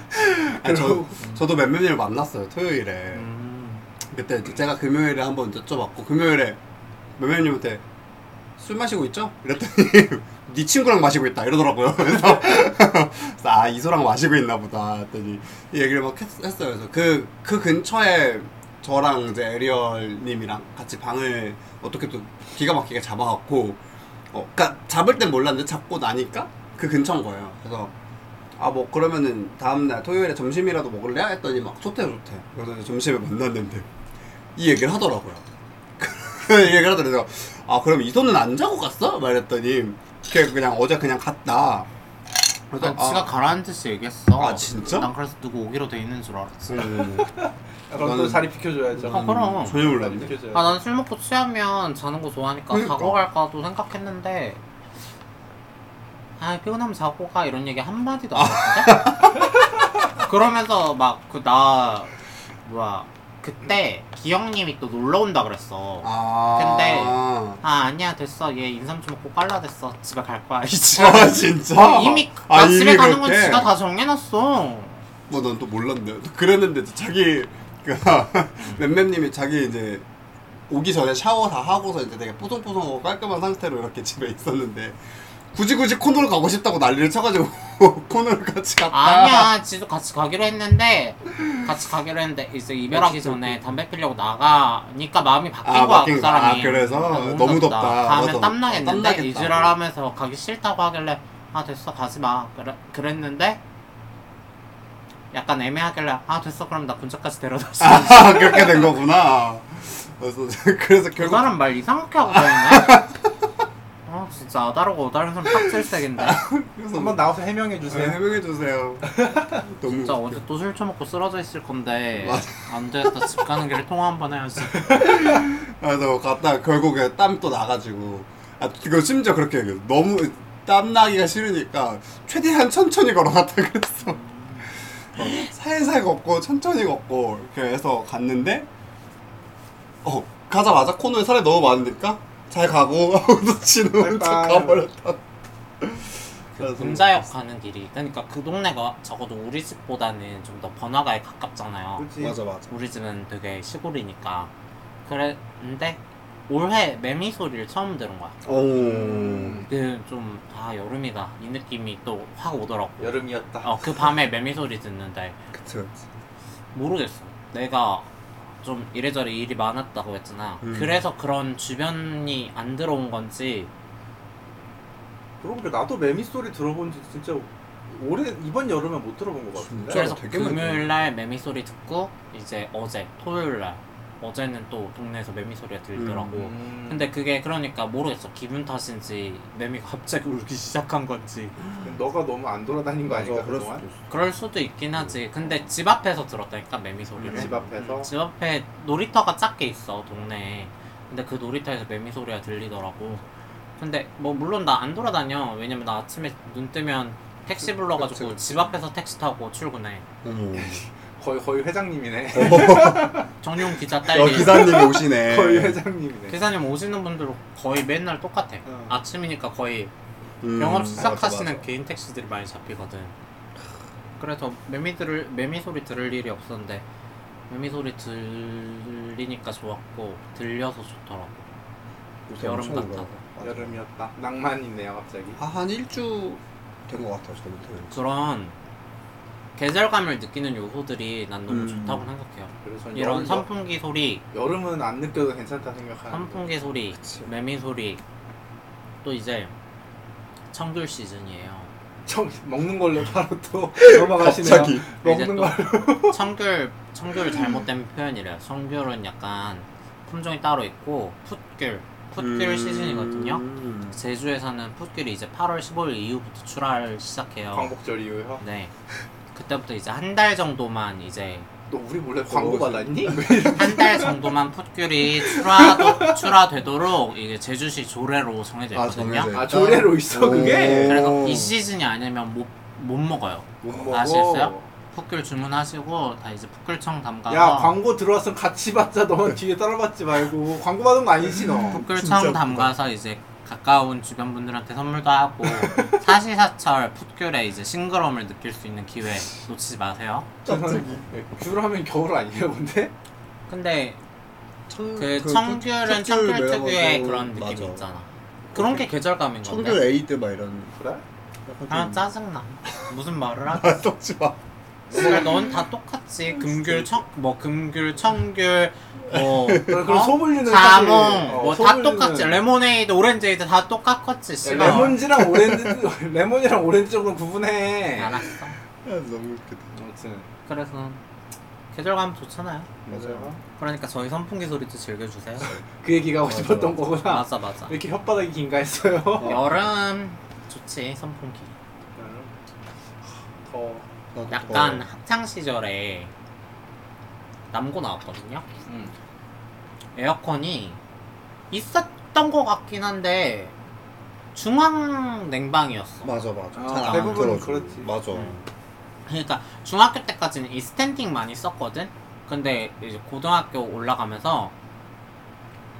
D: 아니, 저 저도 몇몇일 만났어요 토요일에.
C: 음,
D: 그때 제가 금요일에 한번 여쭤봤고 금요일에 몇몇님한테 술 마시고 있죠? 이랬더니 네 친구랑 마시고 있다 이러더라고요. 그래서, 그래서 아 이소랑 마시고 있나 보다 했더니 이 얘기를 막 했, 어요 그래서 그, 그 근처에 저랑 이제 에리얼님이랑 같이 방을 어떻게 또 기가 막히게 잡아갖고 어, 그니까 잡을 땐 몰랐는데 잡고 나니까 그 근처인 거예요. 그래서 아 뭐 그러면은 다음날 토요일에 점심이라도 먹을래요? 했더니 막 좋대 좋대. 그래서 이제 점심에 만났는데 이 얘기를 하더라고요. 그 얘기를 하더라고요. 아 그럼 이소는 안 자고 갔어? 말했더니 걔 그냥 어제 그냥 갔다. 그래서
C: 난 그러니까 지가 가라앉듯이 얘기했어.
D: 아, 진짜?
C: 난 그래서 누구 오기로 돼 있는 줄 알았어.
D: 음,
A: 그럼 또
D: 나는- 음.
A: 자리 비켜줘야죠.
C: 아, 그럼.
D: 전혀 몰랐네.
A: 비켜줘야죠.
C: 아, 난 술 먹고 취하면 자는 거 좋아하니까
D: 그러니까.
C: 자고 갈까도 생각했는데 아, 피곤하면 자고 가 이런 얘기 한마디도 안 했는데? 그러면서 막 그 나 뭐야 그때 기영님이 또 놀러 온다 그랬어.
D: 아.
C: 아 아니야 됐어 얘 인삼주 먹고 깔라 됐어 집에 갈 거야 이제
D: 아 진짜?
C: 어, 이미
D: 아,
C: 나 집에
D: 이미
C: 가는 건
D: 그렇게?
C: 지가 다 정해놨어
D: 뭐 난 또 몰랐네. 그랬는데 자기 그 맴맴님이 자기 이제 오기 전에 샤워 다 하고서 이제 되게 뽀송뽀송하고 깔끔한 상태로 이렇게 집에 있었는데 굳이 굳이 코너를 가고 싶다고 난리를 쳐가지고 코너를 같이 갔다.
C: 아니야 지도 같이 가기로 했는데 같이 가기로 했는데 이제 이별하기 전에 담배 피려고 나가니까 마음이 바뀐
D: 그 아,
C: 거야
D: 바뀐
C: 그
D: 거야.
C: 사람이
D: 아, 그래서? 너무 덥다. 맞아.
C: 가면
D: 어,
C: 땀나겠는데
D: 땀나겠다.
C: 이지랄하면서 가기 싫다고 하길래 아 됐어 가지마 그래, 그랬는데 약간 애매하길래 아 됐어 그럼 나 군자까지 데려다 줄게
D: 아, 그렇게 된 거구나. 그래서 그래서
C: 그
D: 결국
C: 사람 말 이상하게 하고 다니네. 아 진짜 아다르고 어다른 사람 팍질색인데
D: 그래서
A: 한번 나와서 해명해
D: 네,
A: 주세요.
D: 해명해 주세요. 너무
C: 진짜
D: 웃겨.
C: 어제 또 술 처먹고 쓰러져 있을 건데
D: 맞아.
C: 안 되겠다 집 가는 길에 통화 한 번 해야지
D: 그래서 갔다 결국에 땀 또 나가지고 아 그거 심지어 그렇게 얘기해 너무 땀 나기가 싫으니까 최대한 천천히 걸어갔다 그랬어 어, 살살 걷고 천천히 걷고 이렇게 해서 갔는데 어 가자마자 코너에 사람이 너무 많으니까 잘 가고 하고도 지는 척
A: 빠이빠이.
D: 가버렸다 그래서
C: 군자역 가는 길이 그러니까 그 동네가 적어도 우리 집보다는 좀 더 번화가에 가깝잖아요
A: 그치?
D: 맞아 맞아
C: 우리 집은 되게 시골이니까 그래 근데 올해 매미 소리를 처음 들은 거야
D: 오
A: 음,
C: 그좀아 여름이다 이 느낌이 또 확 오더라고
D: 음.
A: 여름이었다.
C: 어, 그 밤에 매미 소리 듣는데
D: 그치 그치
C: 모르겠어. 내가 좀 이래저래 일이 많았다고 했잖아.
D: 음.
C: 그래서 그런 주변이 안 들어온 건지
A: 그러고 보니까 나도 매미 소리 들어본 지 진짜 올해 이번 여름에 못 들어본 것 같은데.
D: 진짜?
C: 그래서
D: 네, 되게 많이
C: 금요일 날 매미 소리 듣고 이제 어제 토요일 날 어제는 또 동네에서 매미 소리가 들더라고.
A: 음.
C: 근데 그게 그러니까 모르겠어. 기분 탓인지 매미가 갑자기 울기 시작한 건지
A: 너가 너무 안 돌아다닌 거 아닌가 그동안?
C: 그럴 수도 있긴 하지. 근데 집 앞에서 들었다니까 매미 소리를.
A: 음, 집 앞에서?
C: 음, 집 앞에 놀이터가 작게 있어 동네에. 근데 그 놀이터에서 매미 소리가 들리더라고. 근데 뭐 물론 나 안 돌아다녀. 왜냐면 나 아침에 눈 뜨면 택시 불러가지고
D: 그치, 그치.
C: 집 앞에서 택시 타고 출근해.
D: 음.
A: 거의 거의 회장님이네.
C: 정용 기자
D: 어,
C: 딸이.
D: 기사님이 오시네
A: 거의 회장님이네.
C: 님 오시는 분들 거의 맨날 똑같아.
A: 어.
C: 아침이니까 거의
D: 음,
C: 영업
D: 맞아,
C: 시작하시는
D: 맞아.
C: 개인 택시들이 많이 잡히거든. 그래서 매미 들을 매미 소리 들을 일이 없었는데 매미 소리 들리니까 좋았고 들려서 좋더라고.
D: 요새
C: 여름
D: 엄청
C: 같아서.
D: 울어요.
A: 여름이었다. 낭만이네요 갑자기.
D: 아, 한 일주 된 것 같아요, 저는.
C: 그런 계절감을 느끼는 요소들이 난 너무
D: 음.
C: 좋다고 생각해요.
A: 그래서 아,
C: 이런
A: 음. 여름,
C: 선풍기 소리,
A: 여름은 안 느껴도 괜찮다 생각하는.
C: 선풍기 소리, 매미 소리. 또 이제 청귤 시즌이에요.
A: 청 먹는 걸로 바로 또 넘어가시네요.
D: 갑자기.
A: 먹는 걸.
C: 또 청귤 청귤 잘못된 표현이래요. 청귤은 약간 품종이 따로 있고 풋귤 풋귤
E: 음.
D: 음.
C: 시즌이거든요. 제주에서는 풋귤이 이제 8월 15일 이후부터 출하를 시작해요.
A: 광복절 이후요.
C: 네. 그때부터 이제 한 달 정도만 이제
A: 너 우리 몰래 광고
D: 먹었어요.
A: 받았니?
C: 한 달 정도만 풋귤이 출하 출하되도록 이게 제주시 조례로 정해져
D: 아,
C: 있거든요.
D: 정해져
A: 아 조례로 있어 그게.
C: 네, 그래서
D: 오.
E: 음.
C: 이 시즌이 아니면 못 못 먹어요.
A: 못
C: 아시겠어요? 풋귤 주문하시고 다 이제 풋귤청 담가서
A: 야 광고 들어왔으면 같이 받자 너만 뒤에 따라받지 말고 광고 받은 거 아니지 너
D: 진짜
C: 풋귤청 담가서 이제 가까운 주변 분들한테 선물도 하고 사시사철 풋귤의 이제 싱그러움을 느낄 수 있는 기회 놓치지 마세요.
A: 갑자기
C: 그
A: 네, 귤하면 겨울 아니에요 근데?
C: 근데
D: 청,
A: 그
E: 그
C: 그 청귤은 청귤 특유의 그런 느낌이 있잖아. 그런 게 계절감인
E: 청결
C: 건데.
E: 에이드 막 이런
A: 그래?
E: 약간
A: 음.
E: 좀
C: 아
E: 아,
C: 짜증나. 무슨 말을 하겠어.
E: 똑지 마.
C: 넌다 똑같지. 금귤 청뭐 금귤 청귤 뭐
A: 그럼
C: 어?
A: 소믈리는 사실-
C: 자몽
A: 어,
C: 뭐 다
A: 소믈리는-
C: 똑같지. 레모네이드, 오렌지에이드 다 똑같겠지.
A: 야,
C: 씨발.
A: 레몬지랑 오렌지 레몬이랑 오렌지 쪽으로 구분해.
C: 알았어.
E: 너무 웃기다.
B: 아무튼
C: 그래서 계절감 좋잖아요.
A: 맞아요.
C: 그러니까 저희 선풍기 소리도 즐겨주세요.
A: 그 얘기가 하고
E: 맞아.
A: 싶었던 거구나.
C: 맞아 맞아.
A: 왜 이렇게 혓바닥이 긴가 했어요.
C: 여름 좋지 선풍기.
A: 더
E: 나도
C: 약간
E: 어.
C: 학창 시절에 남고 나왔거든요.
B: 음.
C: 에어컨이 있었던 것 같긴 한데 중앙 냉방이었어.
E: 더워. 맞아 맞아.
A: 아,
E: 잘안
A: 대부분
E: 들어줘.
A: 그렇지.
E: 맞아.
C: 음. 그러니까 중학교 때까지는 이 스탠딩 많이 썼거든. 근데 이제 고등학교 올라가면서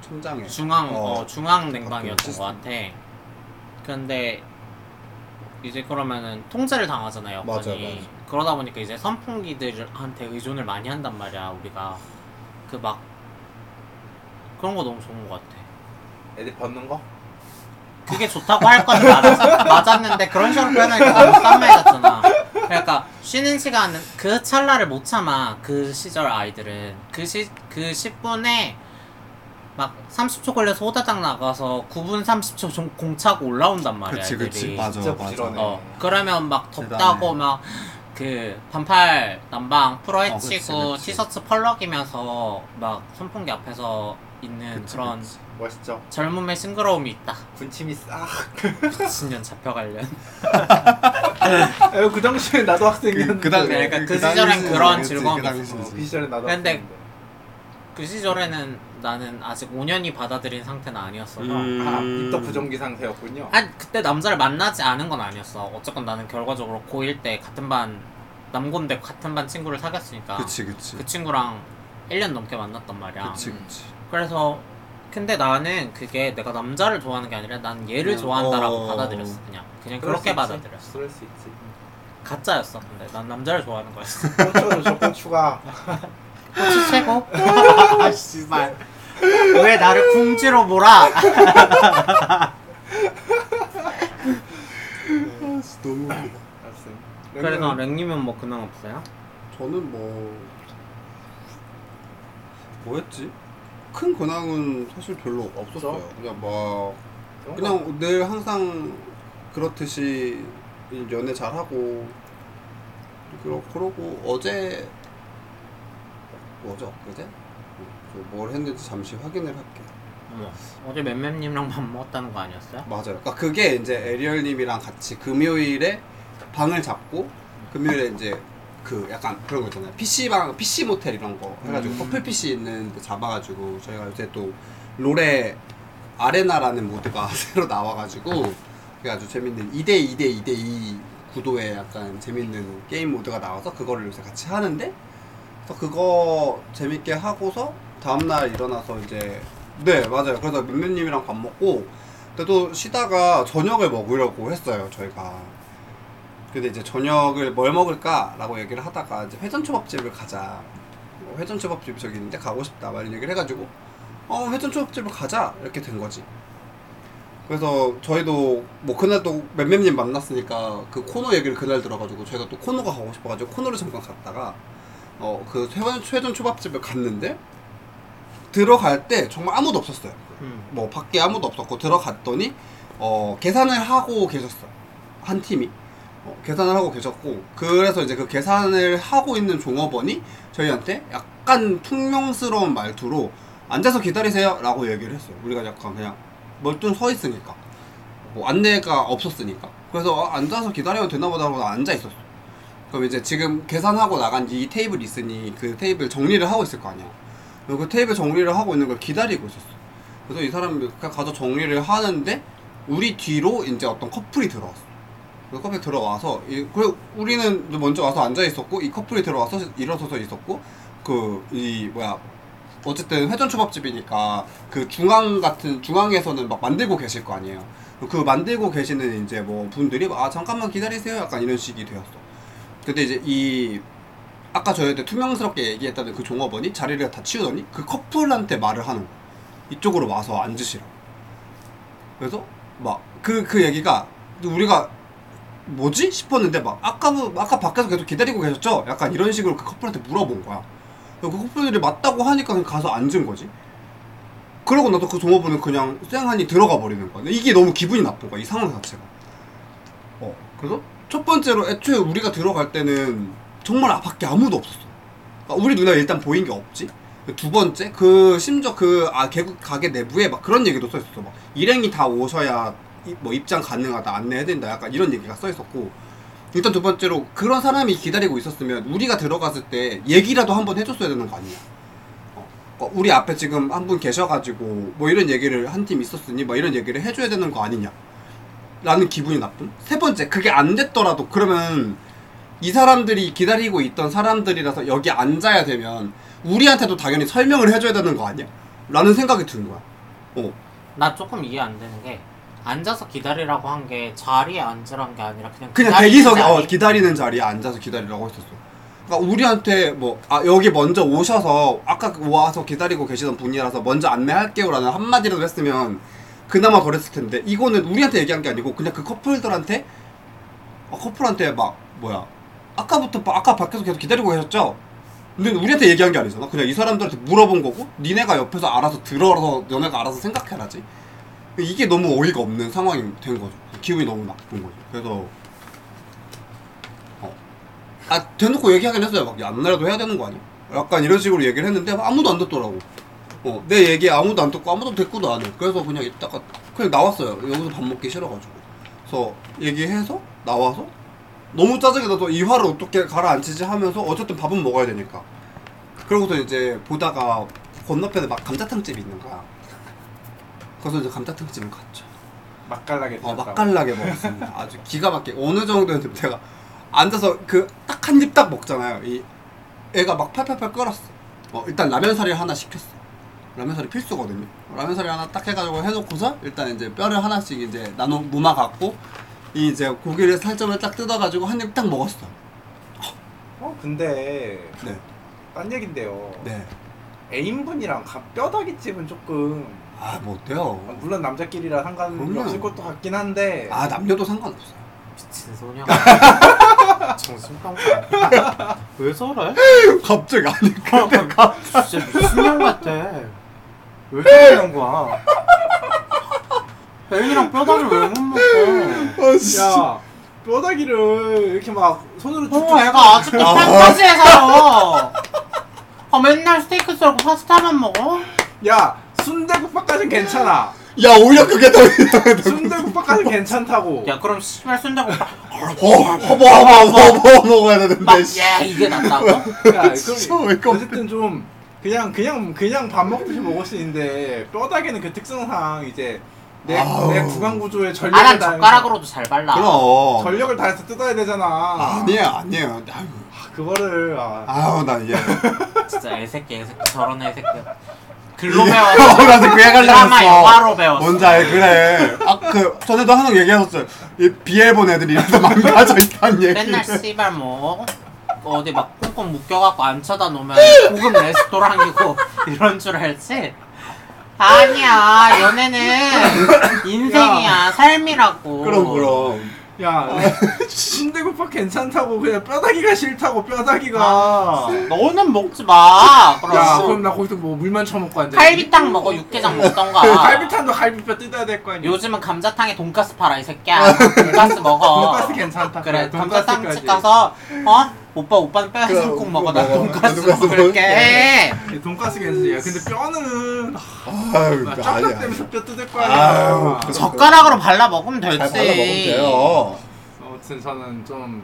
D: 총장에
C: 중앙 어,
E: 어.
C: 중앙 냉방이었던
E: 바뀌었지.
C: 것 같아. 근데 이제 그러면은 통제를 당하잖아 요
E: 맞아,
C: 그러다 보니까 이제 선풍기들한테 의존을 많이 한단 말이야 우리가 그 막 그런 거 너무 좋은 것 같아.
A: 애들 벗는 거?
C: 그게 좋다고 할 건 맞았, 맞았는데 그런 식으로 표현하니까 너무 쌈매졌잖아. 그러니까 쉬는 시간은 그 찰나를 못 참아 그 시절 아이들은 그시그 10분에 막 30초 걸려서 호다닥 나가서 9분 30초 좀 공차고 올라온단 말이야.
D: 그치 그치
C: 애들이.
D: 맞아
A: 진짜
D: 맞아
A: 부지런해.
C: 어 그러면 막 덥다고
D: 대단해.
C: 막 그 반팔 난방
D: 어, 그치,
C: 풀어헤치고
D: 그치.
C: 티셔츠 펄럭이면서 막 선풍기 앞에서 있는
D: 그치,
C: 그런
D: 그치.
A: 멋있죠.
C: 젊음의 싱그러움이 있다.
A: 군침이 싹.
C: 미친년 잡혀갈려.
A: 아유, 그 당시에 나도 학생이었는데.
D: 그, 그 당,
C: 그러니까 그
D: 당시지,
C: 시절엔 그런
D: 그치,
C: 즐거움이
D: 그 당시지.
A: 어, 그 시절에 나도
C: 근데
A: 학생인데.
C: 그 시절에는 나는 아직 5년이 받아들인 상태는 아니었어서.
D: 음.
A: 아, 입덕 부정기 상태였군요.
C: 아니 그때 남자를 만나지 않은 건 아니었어. 어쨌건 나는 결과적으로 고1 때 같은 반 남고인데 같은 반 친구를 사귀었으니까
D: 그치 그치
C: 그 친구랑 1년 넘게 만났단 말이야.
D: 그치 그치
C: 그래서 근데 나는 그게 내가 남자를 좋아하는 게 아니라 난 얘를
D: 음,
C: 좋아한다라고
D: 어.
C: 받아들였어 그냥 그냥
A: 그럴 수
C: 그렇게
A: 있지.
C: 받아들였어
A: 그럴 수 있지.
C: 가짜였어 근데 난 남자를 좋아하는 거였어
A: 고추가 좋죠, 고추가.
C: 혹시 최고? 아 씨발 왜 나를 궁지로 몰아
D: 네,
E: 아, 진짜 너무 웃기다.
A: 알았어요.
C: 그래서 랭님은 뭐 근황 없어요?
D: 저는 뭐 뭐였지? 큰 근황은 사실 별로 없었어요.
A: 없죠?
D: 그냥
A: 그런
D: 막
B: 뭐
A: 거
D: 그냥 늘 항상 그렇듯이 연애 잘하고 그러, 그러고 어제 어제 엊그제? 그뭘 했는지 잠시 확인을 할게.
C: 어머 뭐, 어제 맴맴님이랑 밥 먹었다는 거 아니었어요?
D: 맞아요. 그러니까 그게 이제 에리얼님이랑 같이 금요일에 방을 잡고 금요일에 이제 그 약간 그런 거 있잖아요. PC방, PC 모텔 이런 거 해가지고
C: 음.
D: 커플 PC 있는 데 잡아가지고 저희가 요새 또 롤에 아레나라는 모드가 새로 나와가지고 그게 아주 재밌는 2대 2대 2대 2 구도의 약간 재밌는 게임 모드가 나와서 그거를 요새 같이 하는데 그래서 그거 재밌게 하고서 다음날 일어나서 이제 네 맞아요. 그래서 민민님이랑 밥 먹고 근데 또 쉬다가 저녁을 먹으려고 했어요 저희가 근데 이제 저녁을 뭘 먹을까라고 얘기를 하다가 이제 회전초밥집을 가자 뭐 회전초밥집 저기 있는데 가고 싶다 막 이런 얘기를 해가지고 어 회전초밥집을 가자 이렇게 된 거지 그래서 저희도 뭐 그날 또 맴맴님 만났으니까 그 코너 얘기를 그날 들어가지고 저희가 또 코너가 가고 싶어가지고 코너를 잠깐 갔다가 어그 회전, 회전초밥집을 갔는데 들어갈 때 정말 아무도 없었어요
C: 음.
D: 뭐 밖에 아무도 없었고 들어갔더니 어 계산을 하고 계셨어 한 팀이 어, 계산을 하고 계셨고 그래서 이제 그 계산을 하고 있는 종업원이 저희한테 약간 퉁명스러운 말투로 앉아서 기다리세요라고 얘기를 했어요 우리가 약간 그냥 멀뚱 서 있으니까 뭐 안내가 없었으니까 그래서 어, 앉아서 기다려도 되나 보다 하고 앉아 있었어 그럼 이제 지금 계산하고 나간 이 테이블 있으니 그 테이블 정리를 하고 있을 거 아니야 그리고 그 테이블 정리를 하고 있는 걸 기다리고 있었어 그래서 이 사람이 그냥 가서 정리를 하는데 우리 뒤로 이제 어떤 커플이 들어왔어. 그 커플이 들어와서 이, 그 우리는 먼저 와서 앉아 있었고 이 커플이 들어와서 일어서서 있었고 그 이 뭐야 어쨌든 회전 초밥집이니까 그 중앙 같은 중앙에서는 막 만들고 계실 거 아니에요. 그 만들고 계시는 이제 뭐 분들이 아 잠깐만 기다리세요 약간 이런 식이 되었어. 근데 이제 이 아까 저희한테 투명스럽게 얘기했다는 그 종업원이 자리를 다 치우더니 그 커플한테 말을 하는 거야. 이쪽으로 와서 앉으시라고. 그래서 막 그 그 얘기가 우리가 뭐지 싶었는데 막 아까 뭐- 아까 밖에서 계속 기다리고 계셨죠? 약간 이런 식으로 그 커플한테 물어본 거야. 그 커플들이 맞다고 하니까 그냥 가서 앉은 거지. 그러고 나도 그 동호부는 그냥 쌩하니 들어가 버리는 거야. 근데 이게 너무 기분이 나쁜 거야 이 상황 자체가. 어 그래서 첫 번째로 애초에 우리가 들어갈 때는 정말 아, 밖에 아무도 없었어. 그러니까 우리 누나 일단 보인 게 없지. 두 번째 그 심지어 그아 개국 가게 내부에 막 그런 얘기도 써 있었어. 막 일행이 다 오셔야 이- 뭐 입장 가능하다 안내해 된다 약간 이런 얘기가 써 있었고 일단 두 번째로 그런 사람이 기다리고 있었으면 우리가 들어갔을 때 얘기라도 한번 해줬어야 되는 거 아니냐. 어, 어, 우리 앞에 지금 한 분 계셔가지고 뭐 이런 얘기를 한 팀 있었으니 뭐 이런 얘기를 해줘야 되는 거 아니냐. 라는 기분이 나쁨. 세 번째 그게 안 됐더라도 그러면 이 사람들이 기다리고 있던 사람들이라서 여기 앉아야 되면 우리한테도 당연히 설명을 해줘야 되는 거 아니야? 라는 생각이 드는 거야. 어,
C: 나 조금 이해 안 되는 게 앉아서 기다리라고 한 게 자리에 앉으란 게 아니라 그냥
D: 그냥
C: 기다리는
D: 대기석에
C: 자리.
D: 어, 기다리는 자리에 앉아서 기다리라고 했었어. 그러니까 우리한테 뭐 아, 여기 먼저 오셔서 아까 그 와서 기다리고 계시던 분이라서 먼저 안내할게요라는 한마디라도 했으면 그나마 덜했을 텐데 이거는 우리한테 얘기한 게 아니고 그냥 그 커플들한테 어, 커플한테 막 뭐야 아까부터 바- 아까 밖에서 계속 기다리고 계셨죠? 근데 우리한테 얘기한 게 아니잖아. 그냥 이 사람들한테 물어본 거고 니네가 옆에서 알아서 들어서 너네가 알아서 생각해라지. 이게 너무 어이가 없는 상황이 된 거죠. 기분이 너무 나쁜 거죠. 그래서 아 대놓고 얘기하긴 했어요. 막 안나라도 해야 되는 거 아니야? 약간 이런 식으로 얘기를 했는데 아무도 안 듣더라고. 어, 내 얘기 아무도 안 듣고 아무도 대꾸도 안 해. 그래서 그냥 이따가 그냥 나왔어요. 여기서 밥 먹기 싫어가지고. 그래서 얘기해서 나와서 너무 짜증이 나서 이 화를 어떻게 가라앉히지 하면서 어쨌든 밥은 먹어야 되니까. 그러고서 이제 보다가 건너편에 막 감자탕집이 있는 거야. 그래서 이제 감자탕집을 갔죠.
B: 맛깔나게
D: 어,
B: 드셨다고.
D: 맛깔나게 먹었습니다. 아주 기가 막히게 어느 정도였는지 제가 앉아서 그 딱 한 입 딱 먹잖아요. 이 애가 막 팔팔팔 끓었어. 어, 일단 라면사리를 하나 시켰어. 라면사리 필수거든요. 라면사리 하나 딱 해가지고 해놓고서 일단 이제 뼈를 하나씩 이제 나눠 무마 갖고 이 이제 고기를 살점을 딱 뜯어가지고 한 입 딱 먹었어.
B: 어 근데
D: 네,
B: 딴 얘긴데요.
D: 네.
B: 애인분이랑 가- 뼈다귀집은 조금
D: 아, 뭐 어때요?
B: 물론 남자끼리라 상관이
D: 그럼요.
B: 없을 것도 같긴 한데
D: 아, 남녀도 상관없어요.
C: 미친 소녀 정신병자 왜 저래?
D: 갑자기 아니
C: 진짜 미친년 같아 왜 저러는 거야 애기랑 뼈다귀를 왜 못 먹어
B: 야 뼈다귀를 이렇게 막 손으로
C: 어
B: 쭉쭉
C: 애가 아직도 판타지에 살아 아 맨날 스테이크 썰고 파스타만 먹어?
B: 야 순대국밥까진 괜찮아
D: 야, 오히려 그게 더
B: 순대국밥까진 괜찮다고
C: 야 그럼 씨발 순대국밥
D: 어, 허버 허버 허버 먹어야 되는데. 씨.
C: 막야 이게 낫다고?
B: 야,
D: 아, 진짜
B: 그러니까 그럼
D: 왜 이렇게
B: 어쨌든 좀 그냥 그냥 그냥 밥 먹듯이 먹을 수 있는데 뼈다귀는 그 특성상 이제 내,
D: 아우.
B: 내 구강 구조에 전력을
C: 아난
B: 다해서-
C: 젓가락으로도 잘 발라
D: 그럼.
B: 전력을 다해서 뜯어야 되잖아
D: 아니에요, 네. 아니에요. 아유,
B: 그거를 아,
D: 아유 나 이제.
C: 진짜 애새끼 애새끼 저런 애새끼 글로 배워
D: 어, 나도 그 얘기하려고
C: 드라마
D: 했어.
C: 영화로 배웠어
D: 뭔지 알 그래. 아그 전에도 항상 얘기하셨어요. 이 비해본 애들이 이래서 망가져 있다는 얘기.
C: 맨날 씨발 뭐 어디 막 꽁꽁 묶여갖고 안 쳐다놓으면 고급 레스토랑이고 이런 줄 알지? 아니야 연애는 인생이야 삶이라고
D: 그럼 그럼.
B: 야
D: 아,
B: 네. 순대국밥 괜찮다고 그냥 뼈다귀가 싫다고 뼈다귀가
C: 아, 너는 먹지 마
B: 야 그럼
C: 그럼
B: 나 거기서 뭐 물만 처먹고 앉아 그
C: 갈비탕 먹어 육개장 먹던가
B: 갈비탕도 갈비뼈 뜯어야 될 거 아니야
C: 요즘은 감자탕에 돈가스 팔아 이 새끼야 돈가스 먹어
B: 돈가스 괜찮다
C: 그래
B: 돈가스까지.
C: 감자탕 집 가서 어? 오빠 오빠는 뼈해장국 먹어 나
D: 먹어.
C: 돈가스
D: 돈가스
C: 먹을게
B: 야, 네, 돈가스 괜찮지 야 근데 뼈는
D: 아유
B: 나
D: 나
B: 쩝쩝
D: 아니야.
B: 때문에 뼈 뜯을 거
D: 아유,
B: 아니야
D: 그래서-
C: 젓가락으로 발라 먹으면 되지.
D: 잘 발라 먹으면 돼요. 어?
B: 아무튼 저는 좀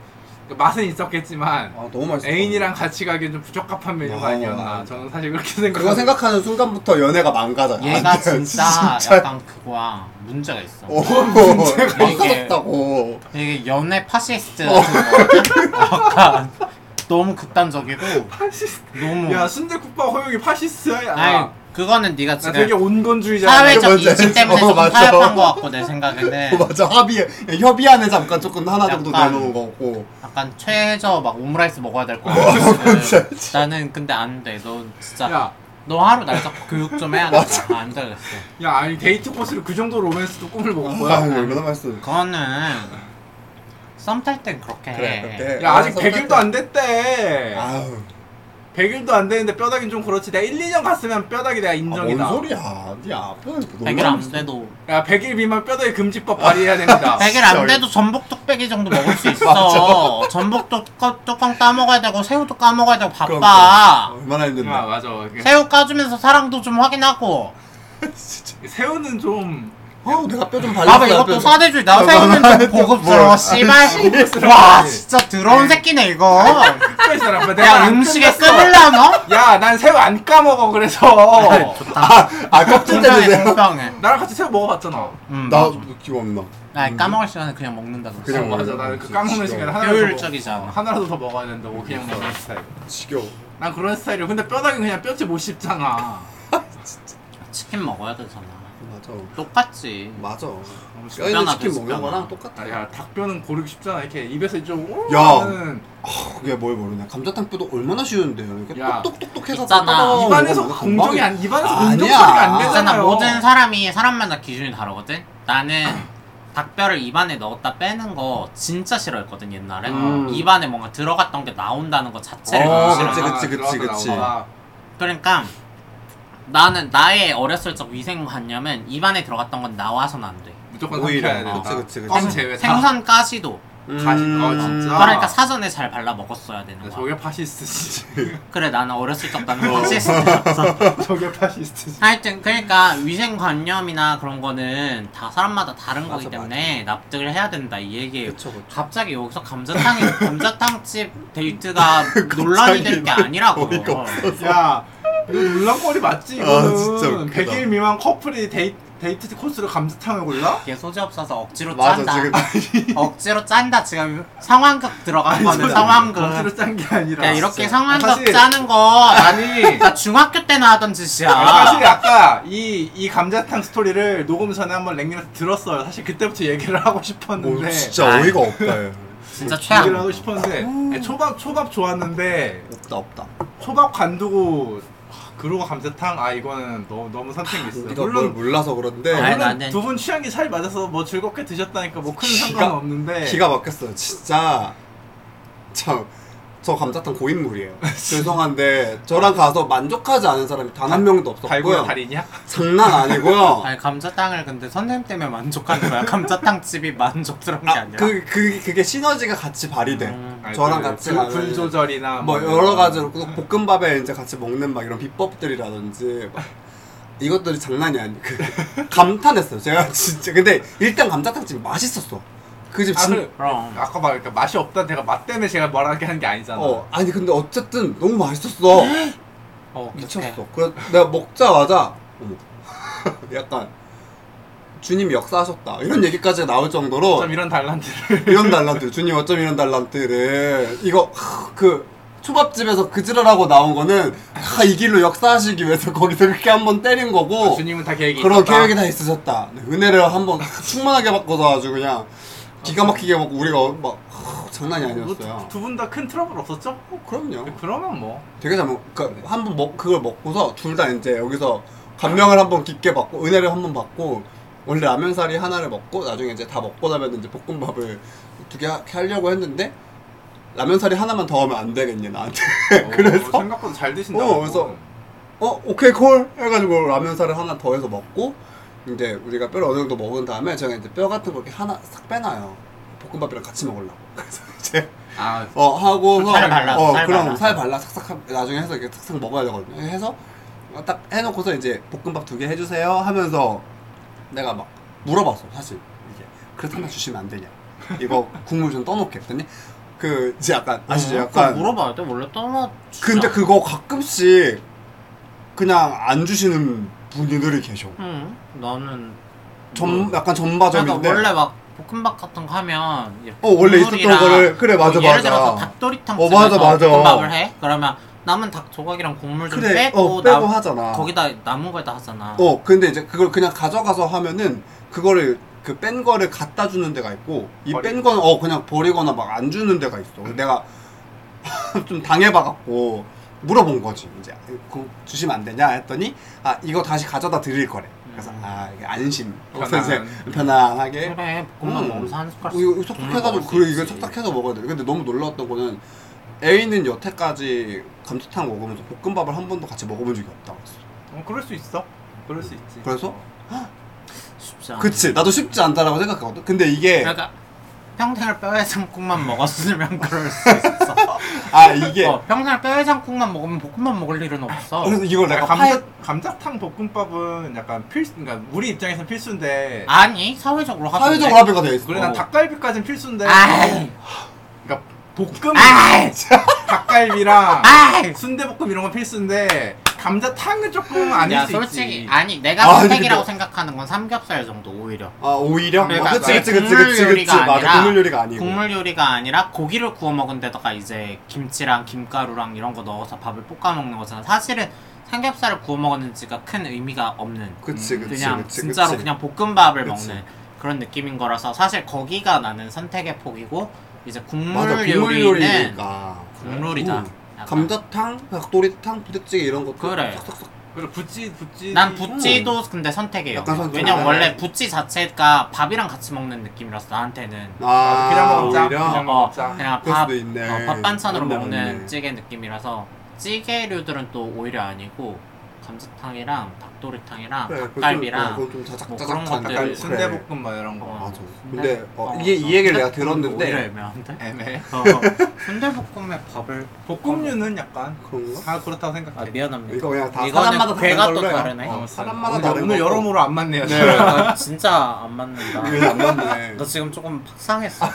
B: 그 맛은 있었겠지만
D: 아 너무 맛있어.
B: 애인이랑 같이 가기엔 좀 부적합한 메뉴가
D: 어,
B: 아니었나
D: 맞아.
B: 저는 사실 그렇게 생각
D: 그거 생각하는 순간부터 연애가 망가져.
C: 얘가 진짜, 약간 그거야 문제가 있어.
D: 어, 문제가
C: 이게-
D: 망가졌다고.
C: 되게 연애 파시스트 같은 거. 약간 너무 극단적이고
B: 파시스트
C: 너무.
B: 야 순대국밥 허용이 파시스트야
C: 아니 그거는 네가
B: 나 되게
C: 지금
B: 온건주의자
C: 사회적
D: 그건
C: 인식 때문에
D: 어,
C: 조금
D: 맞아. 어,
C: 타협한 것 같고 내 생각에는
D: 맞아 합의 협의안에 잠깐 조금 하나 정도
C: 네. 약간.
D: 내놓은 거고.
C: 약간 최저 막 오므라이스 먹어야 될 것 같고.
D: 진짜.
C: 나는 근데 안 돼. 너 진짜
B: 야
C: 너 하루 날짜 교육 좀 해야겠다. 안 되겠어.
B: 야 아니 데이트 코스를 그 정도 로맨스도 꿈을 먹은
D: 뭐야
B: 거야?
D: 얼마나 맛있어
C: 그거는 썸 탈 땐 그렇게 해.
B: 야 아직 100일도 안 됐대.
D: 아우
B: 100일도 안 되는데 뼈다귀는 좀 그렇지. 내가 1, 2년 갔으면 뼈다귀 내가
D: 뭔
B: 인정이다.
D: 소리야 네 앞에는 그
C: 백일 안 돼도 아,
B: 야 100일 미만 뼈다귀 금지법 발의해야 됩니다.
C: 백일 안 돼도 전복 뚝배기 정도 먹을 수 있어. 전복 뚜껑, 뚜껑 따먹어야 되고 새우도 까먹어야 되고 바빠.
D: 얼마나
B: 아
D: 힘든데
B: 맞아.
C: 새우 까주면서 사랑도 좀 확인하고.
B: 새우는 좀
D: 아우 내가 뼈 좀 발랐어
C: 봐봐 이것도 사대주의 나 새우는 좀 고급스러워 씨발 와 진짜 더러운 새끼네 이거
B: 특별사람.
C: 야 음식에
B: 그러니까
C: 쓰물라 너?
B: 야난 새우 안 까먹어 그래서.
C: 좋다
D: 아 껍질
C: 공평해
D: 때문에
C: 공평해
B: 나랑 같이 새우 먹어봤잖아.
C: 음,
D: 나 음,
C: 맞아.
D: 기억 안나
C: 나 까먹을 시간에 그냥 먹는다 그랬어
D: 뭐, 그냥
B: 어, 맞아.
D: 먹어요.
B: 나는 그
D: 진짜. 그러니까.
B: 까먹는 시간에 하나라도 더,
C: 효율적이잖아
B: 하나라도 더 먹어야 된다고 그냥 먹는 스타일.
D: 지겨워
B: 난 그런 스타일이야. 근데 뼈다귀 그냥 뼈째 못 씹잖아.
C: 치킨 먹어야 되잖아
D: 맞아
C: 똑같이
D: 맞아
B: 너무
D: 뼈 있는
C: 뼈나
D: 치킨
C: 돼지
D: 먹는
C: 뼈나.
D: 거랑 똑같아
B: 야 닭뼈는 고르기 쉽잖아 이렇게 입에서 좀
D: 야.
B: 하는
D: 그게 뭘 모르냐 감자탕 뼈도 얼마나 쉬운데 이렇게
B: 야.
D: 똑똑똑똑해서
C: 있잖아.
D: 따다다다다
B: 입안에서
D: 먹으면
B: 공정이
D: 금방
B: 안 입안에서
D: 아니야.
B: 공정 소리가 안 되잖아요.
C: 있잖아 모든 사람이 사람마다 기준이 다르거든 나는 닭뼈를 입안에 넣었다 빼는 거 진짜 싫어했거든 옛날에
D: 음.
C: 입안에 뭔가 들어갔던 게 나온다는 것 자체를
D: 어,
C: 너무
D: 그치,
C: 싫어해
D: 그치, 그치, 그치.
B: 나와.
C: 그러니까 나는 나의 어렸을 적 위생관념은 입안에 들어갔던 건 나와서는 안 돼.
B: 무조건
D: 오히려.
B: 삼켜야
D: 그치,
B: 된다.
D: 그치, 그치.
B: 껌 어, 제외. 다.
C: 생선 가시도. 아,
B: 가시-
D: 음.
B: 어,
D: 아.
B: 진짜.
C: 그러니까 사전에 잘 발라 먹었어야 되는 거야.
B: 저게 파시스트지.
C: 그래 나는 어렸을 적 나는 파시스트였어.
B: 저게 파시스트지.
C: 하여튼 그러니까 위생관념이나 그런 거는 다 사람마다 다른
D: 맞아,
C: 거기 때문에 납득을 해야 된다 이 얘기예요.
D: 그쵸 그쵸
C: 갑자기 여기서 감자탕이 감자탕집 데이트가 논란이 될 게 아니라고.
D: 어이가 없어.
B: 야, 이거 논란거리 맞지?
D: 아,
B: 이거는
D: 진짜 웃기다.
B: 100일 미만 커플이 데이, 데이트 코스로 감자탕을 골라?
C: 이게 소지 없어서 억지로 짠다.
D: 맞아 지금
C: 억지로 짠다 지금 상황극 들어간 거는
B: 아니,
C: 상황극
B: 억지로 짠 게 아니라.
C: 야 이렇게 상황극
B: 사실-
C: 짜는 거
B: 아니.
C: 나 중학교 때나 하던 짓이야
B: 사실 아까 이, 이 감자탕 스토리를 녹음 전에 한번 랭님한테 들었어요. 사실 그때부터 얘기를 하고 싶었는데.
D: 오뭐 진짜 어이가 없다 얘.
C: 진짜
B: 얘기를 하고
C: 최악
B: 싶었는데 아니, 초밥 초밥 좋았는데
D: 없다 없다
B: 초밥 관두고 아, 그러고 감자탕 아 이거는 너, 너무 선택이 있어요.
D: 우리가 뭘
B: 물론
D: 몰라서 그런데
C: 아니, 나- 네.
B: 두 분 취향이 잘 맞아서 뭐 즐겁게 드셨다니까 뭐 큰
D: 기가-
B: 상관은 없는데
D: 기가 막혔어요. 진짜 참. 저 감자탕 고인물이에요. 죄송한데 저랑 가서 만족하지 않은 사람이 단 한 명도
B: 발구야
D: 없었고요.
B: 다리냐?
D: 장난 아니고요.
C: 아니 감자탕을 근데 선생님 때문에 만족하는 거야 감자탕 집이 만족스러운 게
D: 아,
C: 아니라
D: 그, 그, 그게 시너지가 같이 발휘돼.
C: 음.
B: 아니,
D: 저랑
B: 그
D: 같이
B: 불-
D: 가면은
B: 불 조절이나
D: 뭐 여러 가지로
B: 아.
D: 꼭 볶음밥에 이제 같이 먹는 막 이런 비법들이라든지 막 이것들이 장난이 아니. 그 감탄했어요. 제가 진짜. 근데 일단 감자탕 집 맛있었어. 그 집
B: 아,
D: 진짜.
B: 그래.
C: 그럼
B: 아까 말니까 맛이 없다 내가 맛 때문에 제가 말하게 한 게 아니잖아.
D: 어 아니 근데 어쨌든 너무 맛있었어.
C: 어,
D: 미쳤어. 그래 내가 먹자마자 어머 약간 주님이 역사하셨다 이런 얘기까지 나올 정도로
B: 좀 이런 달란트를
D: 이런 달란트 주님 어쩜 이런 달란트를 이거 하, 그 초밥집에서 그지랄하고 나온 거는 하, 이 길로 역사하시기 위해서 거기서 그렇게 한번 때린 거고
B: 아, 주님은 다 계획이
D: 어. 그런
B: 있었다.
D: 계획이 다 있으셨다. 은혜를 한번 충만하게 받고서 아주 그냥 기가 막히게 먹고 우리가 막 하, 장난이 아니었어요.
B: 뭐 두분 다 큰 트러블 없었죠?
D: 어, 그럼요.
B: 그러면 뭐
D: 되게 잘 먹, 그니까 한번 먹, 그걸 먹고서 둘 다 이제 여기서 감명을 한번 깊게 받고, 은혜를 한번 받고, 원래 라면사리 하나를 먹고, 나중에 이제 다 먹고 나면 이제 볶음밥을 두 개 하려고 했는데, 라면사리 하나만 더 하면 안 되겠냐, 나한테.
B: 그래서 생각보다 잘 드신다.
D: 네, 어, 그래서 어, 오케이, 콜! 해가지고 라면사를 하나 더 해서 먹고, 이제 우리가 뼈를 어느 정도 먹은 다음에, 제가 이제 뼈 같은 거 이렇게 하나 싹 빼놔요. 볶음밥이랑 같이 먹으려고. 그래서 이제
B: 아
D: 어 하고서
C: 살 발라,
D: 어
C: 살
D: 그럼
C: 발라.
D: 살 발라 삭삭 하- 나중에 해서 이렇게 삭삭 먹어야 되거든요 해서 딱 해놓고서 이제 볶음밥 두 개 해주세요 하면서 내가 막 물어봤어 사실 이게 그래서 하나 주시면 안 되냐 이거 국물 좀 떠놓게 했더니 그 이제 약간 아시죠
C: 어, 그거
D: 약간
C: 물어봐야 돼 원래 떠나
D: 근데 그거 가끔씩 그냥 안 주시는 분들이 계셔
C: 응 나는
D: 전
C: 뭐-
D: 약간
C: 그러니까
D: 전바점인데
C: 원래 막 볶음밥 같은 거 하면 이렇게
D: 어 원래 있었던
C: 국물이랑
D: 거를 그래 맞아
C: 뭐 예를
D: 맞아
C: 들어서 닭도리탕
D: 어,
C: 집에서
D: 맞아, 맞아.
C: 볶음밥을 해 그러면 남은 닭 조각이랑 국물 좀
D: 그래
C: 빼고,
D: 어 빼고
C: 남-
D: 하잖아
C: 거기다 남은 걸 다 하잖아.
D: 어 근데 이제 그걸 그냥 가져가서 하면은 그거를 그 뺀 거를 갖다 주는 데가 있고 이 뺀 거는 어 그냥 버리거나 막 안 주는 데가 있어. 내가 좀 당해봐갖고
F: 물어본 거지. 이제 그거 주시면 안 되냐 했더니 아 이거 다시 가져다 드릴 거래. 그래서 아 이게 안심
B: 음. 편안.
F: 선생 편안하게
C: 그래 볶음밥
F: 음.
C: 먹으면서 한 숟갈
D: 어, 이거 이거
C: 씩
B: 음.
D: 촉촉해가지고 그래 이거 촉촉해서 먹어야 돼. 근데 너무 놀라웠던 거는 A는 여태까지 감자탕 먹으면서 볶음밥을 한 번도 같이 먹어본 적이 없다고 했어.
B: 어, 그럴 수 있어. 그럴 수 있지. 어.
D: 그래서
C: 쉽지 않아.
D: 그치 나도 쉽지 않다라고 생각하거든. 근데 이게
C: 그러니까 평생을 뼈해장국만 먹었으면 그럴 수 있어.
D: 아 이게
C: 어, 평생을 뼈해장국만 먹으면 볶음밥 먹을 일은 없어.
D: 그래서 이걸
B: 그러니까
D: 내가
B: 감자,
D: 파였
B: 감자탕 볶음밥은 약간 필수, 그러니까 우리 입장에서는 필수인데.
C: 아니 사회적으로 하던데.
D: 사회적 합의가 돼 있어.
B: 그래, 난 닭갈비까지는 필수인데.
C: 아이,
B: 그러니까 볶음,
C: 아이,
B: 닭갈비랑
C: 아이.
B: 순대볶음 이런 건 필수인데 감자탕은 조금 아닐
C: 야
B: 수
C: 솔직히
B: 있지.
C: 아니 내가
D: 아,
C: 선택이라고
D: 근데-
C: 생각하는 건 삼겹살 정도 오히려.
D: 아 오히려
C: 그러니까
D: 아, 그치
C: 아예
D: 그치 그치
C: 국물
D: 그치 그치
C: 요리가 아니라-
D: 맞아 국물 요리가 아니고
C: 국물 요리가 아니라 고기를 구워 먹은 데다가 이제 김치랑 김가루랑 이런 거 넣어서 밥을 볶아 먹는 거잖아. 사실은 삼겹살을 구워 먹었는지가 큰 의미가 없는.
D: 그치 그치
C: 그냥
D: 그치
C: 진짜로
D: 그치.
C: 그냥 볶음밥을
D: 그치.
C: 먹는 그런 느낌인 거라서 사실 거기가 나는 선택의 폭이고 이제 국물
D: 맞아 국물
C: 요리는
D: 요리니까
C: 국룰이다.
D: 음.
C: 약간.
D: 감자탕 닭도리탕 부대찌개 이런 것도
C: 그래.
D: 싹싹싹
B: 그래, 붓지, 붓지.
C: 난 부찌도 근데 선택해요.
D: 약간 선택. 네.
C: 왜냐면
B: 아,
C: 원래 부찌 자체가 밥이랑 같이 먹는 느낌이라서 나한테는
D: 아
B: 그냥 먹자.
D: 오히려?
B: 그냥 먹자.
C: 그냥
D: 그럴
C: 밥,
D: 수도 있네
C: 어, 밥 반찬으로
D: 맞네,
C: 먹는
D: 맞네.
C: 찌개 느낌이라서 찌개류들은 또 오히려 아니고 감자탕이랑 닭도리탕이랑
D: 그래, 그건 좀-
C: 닭갈비랑
D: 어, 그건 좀
C: 뭐
D: 자작자작
C: 그런 것들.
B: 네.
D: 닭갈비 그래.
B: 순대볶음 막 이런 거.
D: 맞아.
C: 순대-
D: 근데 어,
C: 어,
D: 이게 이 얘기를 내가
C: 오히려
D: 들었는데
C: 애매한데?
B: 애매해.
C: 어, 순대볶음에 밥을
B: 볶음류는 약간
D: 그런가?
B: 다 그렇다고 생각해.
C: 아 미안합니다.
D: 이거 그냥 다
C: 이거는
D: 사람마다 다른
C: 괴가 또
D: 걸로요.
C: 다르네.
B: 어,
D: 사람마다
B: 오늘-
D: 다른
B: 오늘
D: 거고.
B: 여러모로 안 맞네요.
D: 네.
B: 지금.
C: 나 진짜 안 맞는다.
D: 이거 안 맞네
C: 너 지금 조금 박상했어.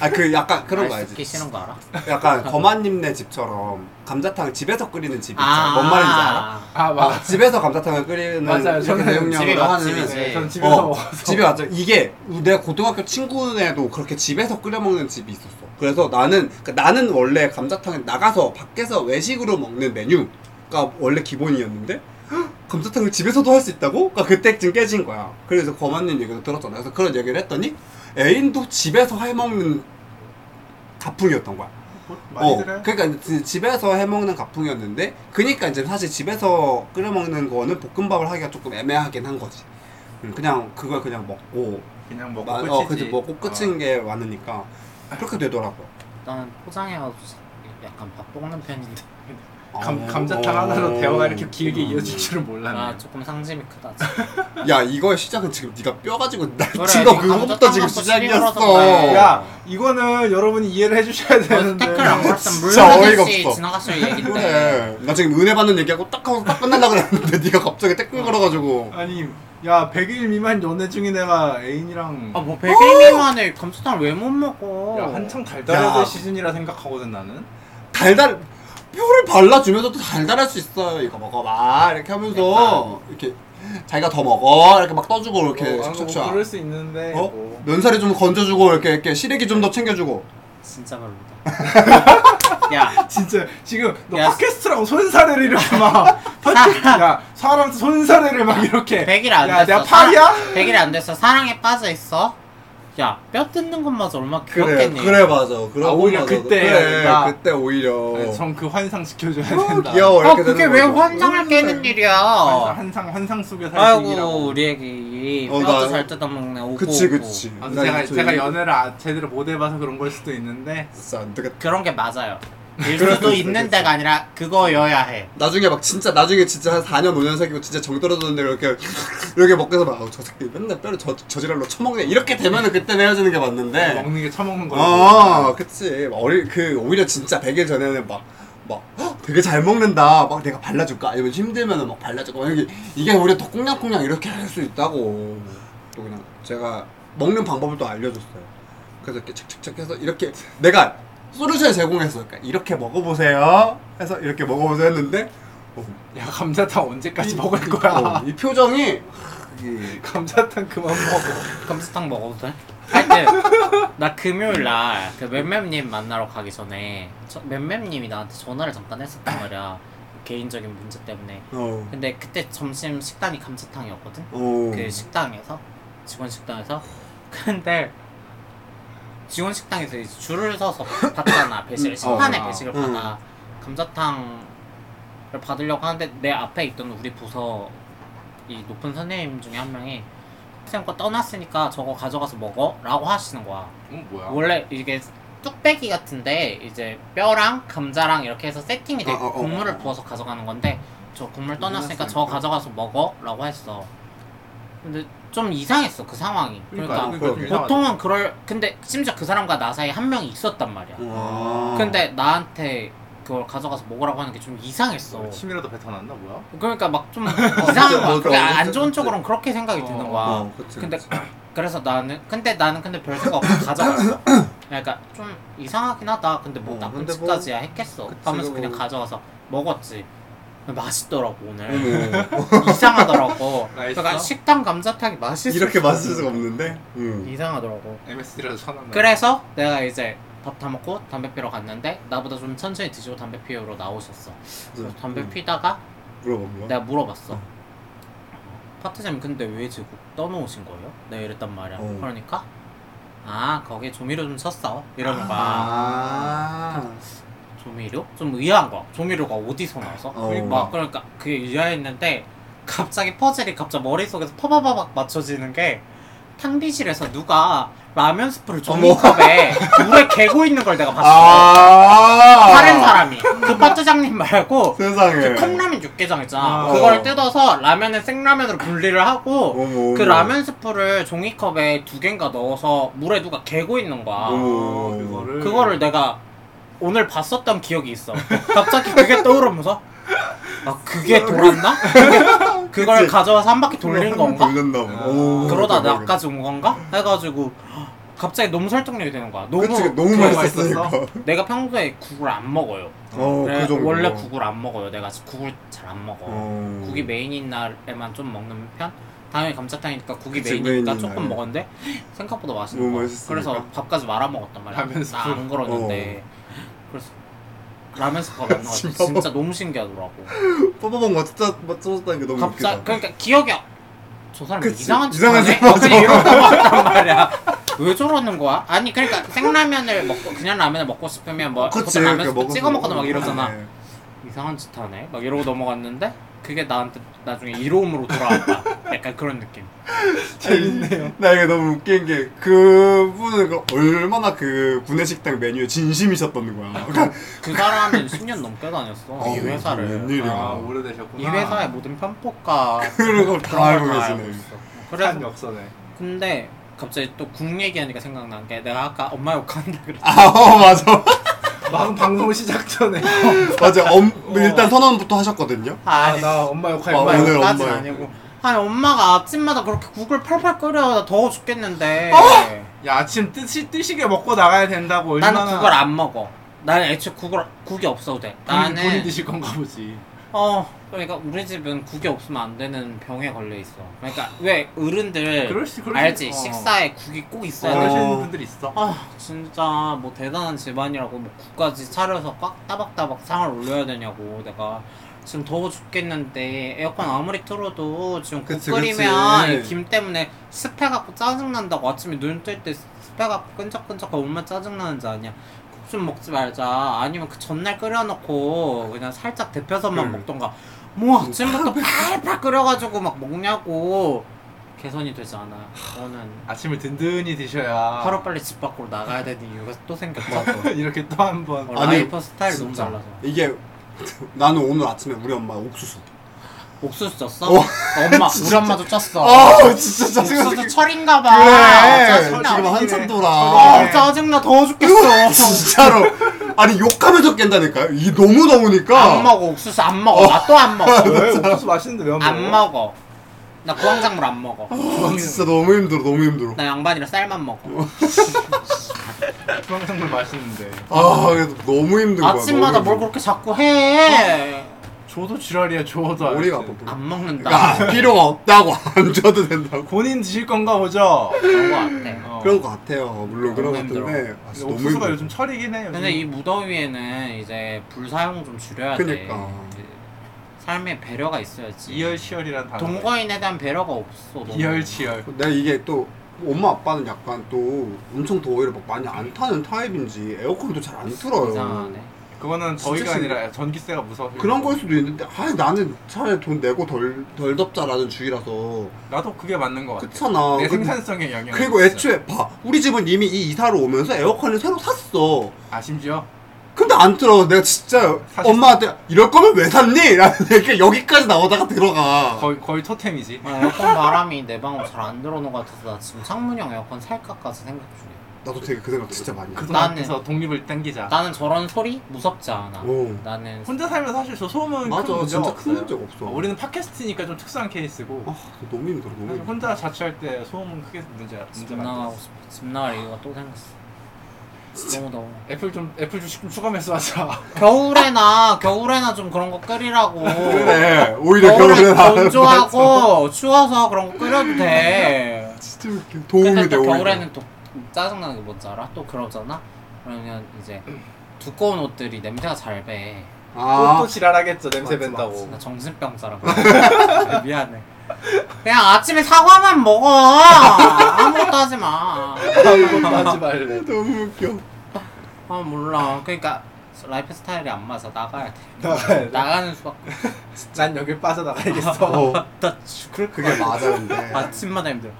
D: 아그 약간 그런 거
C: 말
D: 알지
C: 듣기 싫은 거 알아?
D: 약간 거만님네 집처럼 감자탕 집에서 끓이는 집 있잖아 뭔 말인지 알아?
B: 아
D: 아,
B: 맞아.
D: 집에서 감자탕을 끓이는
B: 맞아요. 저는
C: 집에
D: 대용량으로 하는
C: 맛집이지.
B: 네, 전 집에서
D: 집에서
B: 먹어서.
D: 집에 왔죠. 이게 내 고등학교 친구네도 그렇게 집에서 끓여 먹는 집이 있었어. 그래서 나는 그러니까 나는 원래 감자탕은 나가서 밖에서 외식으로 먹는 메뉴가 원래 기본이었는데 헉, 감자탕을 집에서도 할 수 있다고? 그러니까 그때쯤 깨진 거야. 그래서 거만님 얘기도 들었잖아. 그래서 그런 얘기를 했더니 애인도 집에서 해 먹는 가풍이었던 거야. 어,
B: 많이들 해.
D: 그러니까 이제 집에서 해먹는 가풍이었는데 그러니까 이제 사실 집에서 끓여먹는 거는 볶음밥을 하기가 조금 애매하긴 한 거지 음, 그냥 그걸 그냥 먹고
B: 그냥 먹고
D: 마-
B: 끝이지. 아.
D: 어, 그치, 먹고 끝인 게 많으니까 그렇게 되더라고요
C: 나는 포장해가지고 약간 밥 볶는 편인데
B: 감,
D: 어. 음,
B: 감자탕 하나로 대화가 이렇게 길게 이어질 줄은 몰랐네.
C: 아 조금 상심이 크다. 진짜.
D: 야 이거의 시작은 지금 네가 뼈 가지고 날친 거
C: 그래, 지금
D: 그거부터
C: 감자탕
D: 지금
C: 먹고 시비 걸어서
D: 시작이었어
C: 그래.
B: 야, 이거는 여러분이 이해를 해주셔야 되는데.
C: 태클 안 걸었으면
D: 진짜 어이가
C: 물러듯이
D: 없어.
C: 지나갔을 얘긴데
D: 그래 나 지금 은혜 받는 얘기하고 딱 하고 딱 끝날라 그랬는데 네가 갑자기 댓글 걸어가지고
B: 아니, 야, 100일 미만 연애 중인 애가 애인이랑
C: 아 뭐 100일 만에 감자탕을 왜 못 먹어?
B: 야, 한창 뭐. 달달해야
D: 야.
B: 될 시즌이라 생각하거든 나는.
D: 달달 뼈를 발라주면서 또 달달할 수 있어요. 이거 먹어봐 이렇게
B: 네,
D: 하면서 이렇게 자기가 더 먹어 이렇게 막 떠주고 이렇게
B: 어, 아,
D: 샥샥샥.
B: 뭐 그럴 수 있는데.
D: 어?
B: 뭐.
D: 면사리 좀 건져주고 이렇게 이렇게 시래기 좀 더 챙겨주고.
C: 진짜 별로다. 야
B: 진짜 지금 너
C: 야,
B: 팟캐스트랑 손사래를 이렇게 막 팟캐- 야 사람한테 손사래를 막 이렇게
C: 100일 안
B: 야,
C: 됐어.
B: 내가 팔이야?
C: 100일 안 됐어. 사랑에 빠져 있어. 야 뼈 뜯는 것마저 얼마나 귀엽겠니?
D: 그래 맞아. 그런
B: 아, 오히려
D: 건 맞아.
B: 그때
D: 그래
B: 나-
D: 그때 오히려.
B: 전 그 환상 지켜줘야
D: 어,
B: 된다.
D: 귀여워
C: 아
D: 이렇게
C: 그게
D: 되는
C: 왜
D: 거죠.
C: 환장을 깨는 일이야?
B: 환상, 환상 환상 속에
C: 아이고
B: 살기라고.
C: 우리 애기
D: 어,
C: 뼈도
D: 나-
C: 잘 뜯어먹네. 오고
D: 그치
C: 오고.
D: 그치.
B: 아,
D: 나
B: 제가
D: 이거
B: 제가
D: 이거
B: 연애를 아- 제대로 못 해봐서 그런 걸 수도 있는데
D: 진짜 안 되겠다.
C: 그런 게 맞아요. 일
D: 그럴
C: 수도
D: 수 있어,
C: 있는
D: 그럴 수
C: 데가 아니라 그거여야 해.
D: 나중에 막 진짜 나중에 진짜 한 4년 5년 사귀고 진짜 정 떨어졌는데 이렇게 이렇게 먹고서 막 아우 저 새끼 맨날 뼈를 저 저지랄로 처먹네 이렇게 되면은 그때 헤어지는 게 맞는데
B: 먹는 게 처먹는
D: 아,
B: 거라고.
D: 그치. 막 어리, 그, 오히려 진짜 100일 전에는 막, 막, "헉, 되게 잘 먹는다. 막 내가 발라줄까? 아니면 힘들면 막 발라줄까? 막 이게, 이게 오히려 더 꽁냥꽁냥 이렇게 할 수 있다고. 또 그냥 제가 먹는 방법을 또 알려줬어요. 그래서 이렇게 착착착 해서 이렇게 내가 솔루션을 제공했어. 그러니까 이렇게 먹어보세요. 해서 이렇게 먹어보세요 했는데, 어,
B: 야 감자탕 언제까지
D: 이-
B: 먹을
D: 이-
B: 거야?
D: 어, 이 표정이, 하, 이게
B: 감자탕 그만 먹어.
C: 감자탕 먹어도 돼? 하여튼 나 금요일 날그 맴맴님 만나러 가기 전에 저, 맴맴님이 나한테 전화를 잠깐 했었단 말이야 개인적인 문제 때문에
D: 어,
C: 근데 그때 점심 식단이 감자탕이었거든?
D: 어.
C: 그 식당에서 직원 식당에서 근데 직원 식당에서 이제 줄을 서서 받잖아 배식을
D: 음,
C: 식판에
B: 어,
C: 배식을
D: 음.
C: 받아 감자탕을 받으려고 하는데 내 앞에 있던 우리 부서 이 높은 선생님 중에 한 명이 학생 거 떠났으니까 저거 가져가서 먹어라고 하시는 거야.
B: 어 뭐야?
C: 원래 이게 뚝배기 같은데 이제 뼈랑 감자랑 이렇게 해서 세팅이 돼
G: 어, 어, 어,
C: 국물을
G: 어, 어.
C: 부어서 가져가는 건데 저 국물
G: 떠났으니까.
C: 떠났으니까 저거 가져가서 먹어라고 했어. 근데 좀 이상했어 그 상황이. 그러니까,
B: 그러니까 좀 이상하다.
C: 보통은 그럴 근데 심지어 그 사람과 나 사이에 한 명이 있었단 말이야.
D: 음, 어.
G: 아.
C: 근데 나한테 그걸 가져가서 먹으라고 하는 게 좀 이상했어.
B: 침이라도 뱉어놨나 뭐야?
C: 그러니까 막 좀 이상한 거야.
D: 맞아.
C: 그게 안 좋은
D: 그치.
C: 쪽으로는 그렇게 생각이
B: 어.
C: 드는 거야.
D: 어, 그치.
C: 근데 그래서 나는 근데 나는 근데 별 생각 없이 가져갔어. 그러니까 좀 이상하긴 하다. 근데 뭐
D: 어,
C: 나쁜
D: 근데 뭐-
C: 짓까지야 했겠어.
D: 그치,
C: 하면서
D: 뭐.
C: 그냥 가져가서 먹었지. 맛있더라고
D: 음.
C: 오늘.
D: 어머,
C: 이상하더라고.
B: 맛있어?
C: 그러니까 식당 감자탕이 맛있어.
D: 이렇게 맛있을 수가 없는데. 음.
C: 이상하더라고.
B: MSD라도 쳐놨나?
C: 그래서 내가 이제 밥 다 먹고 담배 피러 갔는데 나보다 좀 천천히 드시고 담배 피우러 나오셨어.
D: 음.
C: 그래서 담배 피다가
D: 물어본 거야.
C: 내가 물어봤어. 파트장님 근데 왜 지금 떠놓으신 거예요? 내가 이랬단 말이야.
D: 어.
C: 그러니까 아 거기에 조미료 좀 쳤어. 이러는 거야.
D: 아.
C: 조미료? 좀 의아한 거야. 조미료가 어디서 나와서?
D: 어.
C: 막 그러니까 그게 의아했는데 갑자기 퍼즐이 갑자기 머릿속에서 퍼바바박 맞춰지는 게 탕비실에서 누가 라면 스프를 종이컵에 물에 개고 있는 걸 내가 봤어.
D: 아.
C: 다른 사람이 그 파트장님 말고 그
D: 세상에.
C: 컵라면 육개장 있잖아.
D: 아.
C: 그걸
D: 어.
C: 뜯어서 라면을 생라면으로 분리를 하고
D: 어머,
C: 그
D: 어머.
C: 라면 스프를 종이컵에 두 개인가 넣어서 물에 누가 개고 있는 거야.
D: 어머.
B: 그거를
C: 그거를 내가 오늘 봤었던 기억이 있어. 갑자기 그게 떠오르면서 아 그게 돌았나? 그게- 그걸
D: 음. 그치. 음.
C: 가져와서 한 바퀴 돌린 건가? 어.
D: 돌렸나 보다. 오,
C: 그러다
D: 대박이다.
C: 나까지 온 건가? 해가지고 갑자기 너무 설득력이 되는 거야. 너무
D: 그치, 너무
B: 그거
D: 맛있었으니까.
B: 맛있었어?
C: 내가 평소에 국을 안 먹어요.
D: 어,
C: 그래,
D: 그 정도.
C: 네, 원래 국을 안 먹어요. 내가 국을 잘 안 먹어.
D: 어.
C: 국이 메인인 날에만 좀 먹는 편? 당연히 감자탕이니까 국이
D: 그치,
C: 메인이니까
D: 메인인
C: 조금
D: 날에.
C: 먹었는데 생각보다 맛있는
D: 너무
C: 거야
D: 맛있으니까.
C: 그래서 밥까지 말아 먹었단 말이야
B: 라면 스프.
C: 나안 그러는데 그래서 라면 스프가 맞는 거지
D: 어. 진짜
C: 진짜 너무 신기하더라고
D: 뽀뽀뽕 맞췄다, 맞췄다는 뭐 게 너무
C: 갑자기
D: 웃기다.
C: 그러니까 기억이 안- 저 사람
D: 그치,
C: 이상한 짓
D: 이상한
C: 하네?
D: 짓 하죠.
C: 그냥 이러고 왔단 말이야 왜 저러는 거야? 아니 그러니까 생라면을 먹고 그냥 라면을 먹고 싶으면 뭐
D: 어, 그치, 그러니까
C: 보통 라면 스프
D: 먹어서
C: 찍어 먹거나 막
D: 먹어서
C: 이러잖아
D: 네.
C: 이상한 짓 하네 막 이러고 넘어갔는데 그게 나한테 나중에 이로움으로 돌아왔다 약간 그런 느낌
D: 재밌네요. 나 이게 너무 웃긴 게 그분은 그 얼마나 그 구내식당 메뉴에 진심이셨던 거야. 그러니까
C: 그 사람은 10년 넘게 다녔어 이
D: 어우,
C: 회사를
D: 아, 웬일이야.
B: 아 오래되셨구나.
C: 이뭐 회사의 모든 편법과
D: 그런 걸다 알고
C: 걸다
D: 계시네.
C: 있어.
B: 산
C: 그래서
B: 역사네.
C: 근데 갑자기 또 국 얘기하니까 생각난 게 내가 아까 엄마 욕한다 그랬어
D: 아, 어, 맞아.
B: 막 방송 시작 전에
D: 맞아. 엄, 일단 선언부터 하셨거든요.
C: 아니 그
B: 아나 엄마 욕할
D: 어,
B: 거야.
D: 오늘 그
C: 까진
D: 엄마 욕.
C: 아니고 아니 엄마가 아침마다 그렇게 국을 팔팔 끓여 더워 죽겠는데
D: 어?
B: 야 아침 뜨시 뜨시게 먹고 나가야 된다고 얼마나
C: 나는 국을 안 먹어 나는 애초에 국을 국이 없어도 돼
B: 본인- 본인
C: 아, 나는
B: 드실 건가 보지.
C: 어 그러니까 우리 집은 국이 없으면 안 되는 병에 걸려 있어 그러니까 왜 어른들
B: 그럴 수- 그럴 수-
C: 알지
B: 어.
C: 식사에 국이 꼭 있어야 돼
B: 그러시는
D: 어.
B: 분들 있어.
C: 아 진짜 뭐 대단한 집안이라고 뭐 국까지 차려서 꽉 따박따박 상을 올려야 되냐고 내가 지금 더워 죽겠는데 에어컨 아무리 틀어도 지금 국
D: 그치,
C: 끓이면
D: 그치.
C: 이김 때문에 습해갖고 짜증난다고 아침에 눈 뜰 때 습해갖고 끈적끈적하고 얼마나 짜증나는지 아냐 국 좀 먹지 말자 아니면 그 전날 끓여놓고 그냥 살짝 데펴서만 먹던가 뭐 아침부터 팔팔 끓여가지고 막 먹냐고 개선이 되지 않아 너는
B: 아침을 든든히
D: 아.
B: 드셔야
C: 하루 빨리 집 밖으로 나가야 되는 이유가 또 생겼죠.
B: 이렇게 또 한 번.
C: 어,
D: 아니,
C: 라이프 스타일 너무
D: 진짜.
C: 달라서.
D: 이게 나는 오늘 아침에 우리 엄마 옥수수.
C: 옥수수 쪘어?
D: 어.
C: 엄마, 우리 엄마도 쪘어.
D: 아, 진짜
C: 옥수수 아,
D: 짜증나.
C: 철인가봐.
D: 그래.
C: 짜증나.
D: 지금 한참
B: 아,
D: 돌아.
C: 아, 짜증나. 더워
D: 아,
C: 죽겠어.
D: 진짜로. 아니 욕하면서 깬다니까요. 이 너무
C: 안
D: 더우니까.
C: 먹어. 옥수수 안 먹어. 나 또 안 먹어.
B: 왜 옥수수 맛있는데 왜 뭐? 안 먹어?
C: 안 먹어. 나 구황작물 안 먹어.
D: 아, 진짜 너무 힘들어. 너무 힘들어.
C: 나 양반이랑 쌀만 먹어.
B: 중앙상물 맛있는데.
D: 아, 그래서 너무 힘든 거야.
C: 아침마다
D: 너무
C: 뭘
D: 힘들어.
C: 그렇게 자꾸 해.
D: 어.
B: 줘도 지랄이야 줘도
D: 머리가 뭐-
B: 알지.
D: 아파.
C: 안 먹는다.
D: 그러니까 필요가 없다고 안 줘도 된다고.
B: 본인 드실 건가 보죠.
C: 그런 거 같아.
B: 어.
D: 그런 것 같아요. 물론 그런 것
C: 힘들어.
D: 같은데. 아, 진짜 너무
B: 옥수수가
D: 힘들어.
B: 요즘 철이긴 해요.
C: 근데 이 무더위에는 이제 불 사용 좀 줄여야
D: 그니까.
C: 돼. 이제 삶에 배려가 있어야지.
B: 이열치열이란 단어.
C: 동거인에 대한 배려가 없어. 너무.
B: 이열치열.
D: 내가 이게 또 엄마 아빠는 약간 또 엄청 더위를 막 많이 안 타는 타입인지 에어컨도 잘 안 틀어요.
C: 이상하네.
B: 그거는 저희가
D: 진짜 심-
B: 아니라 전기세가 무서워.
D: 그런 거일 수도 있는데 아 나는 차라리 돈 내고 덜, 덜 덥자라는 주의라서
B: 나도 그게 맞는 것 같아.
D: 그렇잖아
B: 내
D: 근데-
B: 생산성에 영향.
D: 그리고 애초에 봐 우리 집은 이미 이 이사로 오면서 에어컨을 새로 샀어
B: 아 심지어
D: 근데 안 틀어 내가 진짜
B: 사실-
D: 엄마한테 이럴 거면 왜 샀니? 라는 얘기가 여기까지 나오다가 들어가
B: 거의 거의 토템이지.
C: 아, 에어컨 바람이 내 방으로 잘 안 들어오는 것 같아서 나 지금 창문형 에어컨 살까까지 생각 중이야.
D: 나도 되게 그 생각 진짜 많이 해
B: 그돈
C: 나는-
B: 앞에서 독립을 당기자.
C: 나는 저런 소리 무섭지 않아.
D: 오.
C: 나는
B: 혼자 살면 사실 저 소음은 큰
D: 맞아
B: 문제가
D: 진짜 큰
B: 없어요.
D: 문제가 없어
B: 어, 우리는 팟캐스트니까 좀 특수한 케이스고
D: 아, 너무 힘들어 너무
B: 사실
D: 힘들어
B: 혼자 자취할 때 소음은 크게 문제가
C: 집
B: 문제가 안
C: 나가고
B: 돼.
C: 싶어. 집 나갈 이유가 또 생겼어. 너무 더워.
B: 애플 좀 애플 주식 좀 추가 매수하자.
C: 겨울에나 겨울에나 좀 그런 거 끓이라고.
D: 그래 오히려
C: 겨울에
D: 겨울에
C: 건조하고 추워서 그런 거 끓여도 돼.
D: 진짜 웃겨
C: 근데
D: 도움이 돼
C: 또
D: 오히려
C: 겨울에는 또 짜증나는 게 뭔지 알아? 또 그러잖아? 그러면 이제 두꺼운 옷들이 냄새가 잘 배.
B: 또,
D: 아
B: 또 지랄하겠죠 냄새
D: 맞지,
B: 밴다고.
C: 나 정신병자라고. 아, 미안해. 그냥 아침에 사과만 먹어. 아무것도 하지 마.
B: 하지 말래.
D: 너무 웃겨
C: 아 몰라. 그러니까 라이프 스타일이 안 맞아. 나가야 돼.
B: 나가야 돼.
C: 나가는 수밖에.
B: 난 여길 빠져나가야겠어.
D: 어
C: 나 죽을
D: 그게 맞아 근데
C: 아침마다 힘들어.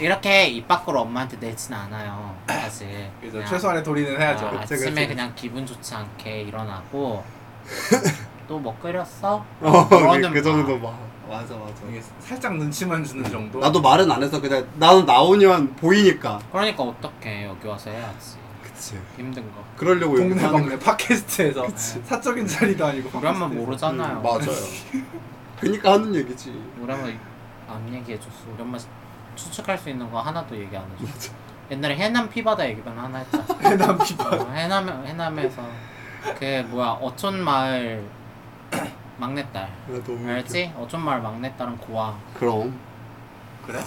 C: 이렇게 입 밖으로 엄마한테 내진 않아요. 사실.
B: 그래서
C: 그냥
B: 최소한의 도리는 해야죠.
C: 아,
D: 그치,
C: 침에
D: 그치.
C: 그냥 기분 좋지 않게 일어나고 또 뭐 끓였어?
D: 어, 그,
C: 그거는 뭐.
D: 그
C: 봐.
D: 정도 봐 맞아 맞아
B: 이게 살짝 눈치만 주는 정도.
D: 나도 말은 안 해서 그냥 나는 나오면 보이니까
C: 그러니까 어떻게 여기 와서 해야지
D: 그치
C: 힘든 거
D: 그러려고 여기 사는
B: 동네방네 팟캐스트에서 사적인 자리도 아니고
C: 우리 한번
B: 팟캐스트에서.
C: 모르잖아요
D: 음, 맞아요. 그러니까 하는 얘기지.
C: 우리 한번 안 얘기해줬어 우리 엄마 추측할 수 있는 거 하나도 얘기 안 해줬어 옛날에 해남 피바다 얘기만 하나 했잖아
B: 해남 비바.
C: 어, 해남, 해남에서 그 뭐야 어촌마을 막내딸
D: 나 아, 너무
C: 알지? 어촌마을 막내딸은 고아
D: 웃겨. 그럼.
B: 그래?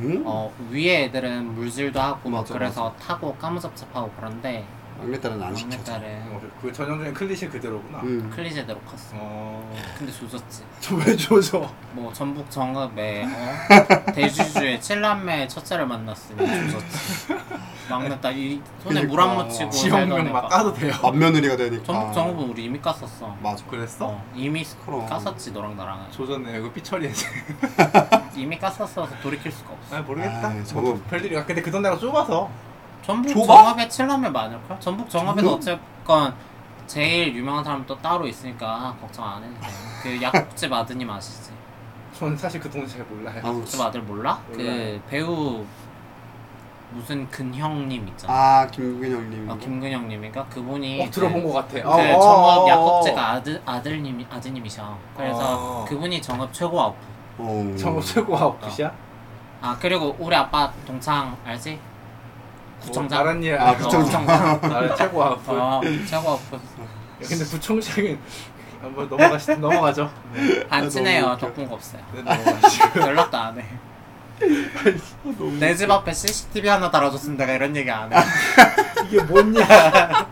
D: 응?
C: 어 위에 애들은 물질도 하고 막
D: 맞아,
C: 그래서 타고 까무잡잡하고 그런데
D: 막내딸은 안 시켜줘.
C: 막내딸은 아,
B: 그 전형적인 클리셰 그대로구나.
D: 응.
C: 클리제대로 컸어 근데 조졌지
B: 어저왜 조져?
C: 뭐 전북 정읍에 어? 대주주의 칠남매 첫째를 만났으니 조졌지 막내딸 이 손에 물 안
D: 그니까.
B: 어,
C: 묻히고 살던
B: 지역명
C: 애가.
B: 네, 막 까도 돼요.
D: 만며느리가 되니까.
C: 전북 정읍은 우리 이미 깠었어
D: 맞아.
B: 그랬어?
C: 어, 이미
D: 그럼.
C: 깠었지 너랑 나랑
B: 조졌네. 이거 삐처리해지.
C: 이미 깠었어서 돌이킬 수가 없어
B: 아 모르겠다.
D: 아이, 저거-
B: 뭐 별일이 야 근데 그 동네가 좁아서.
C: 전북
D: 좁아?
C: 정읍에 칠남매 많을걸? 전북 정읍에서 어쨌건 제일 유명한 사람 또 따로 있으니까 걱정 안 해도 돼그 약국집 아드님 아시지?
B: 저는 사실 그 동네 잘 몰라요.
D: 아우,
C: 그 아들 몰라?
B: 몰라요.
C: 그 배우 무슨 근형님 있잖아.
D: 아 김근영님.
C: 어, 김근형님인가? 그분이
B: 어 들어본 것 같아.
C: 그,
B: 어, 어,
C: 그
B: 어,
C: 정업
B: 어.
C: 약국제가 아들 아들님이 아드님이셔. 그래서
B: 어.
C: 그분이 정업 최고 아웃풋.
D: 어.
B: 정읍 최고 아웃풋이야?
C: 아 그리고 우리 아빠 동창 알지? 구청장.
B: 어, 다른 일.
D: 아,
B: 아
C: 어,
D: 구청장.
B: 나는 최고 아웃풋.
C: 어, 최고 아웃풋.
B: 근데 구청장은 한번 넘어가시 넘어가죠.
C: 안 친해요.
D: 너무
B: 뭐
D: 웃겨.
C: 덕분 거 없어요.
B: 네, 넘어가시죠.
C: 그 연락도 안 해. 내 집 앞에 CCTV 하나 달아줬으면 내가 이런 얘기 안 해.
B: 이게 뭐냐? 야,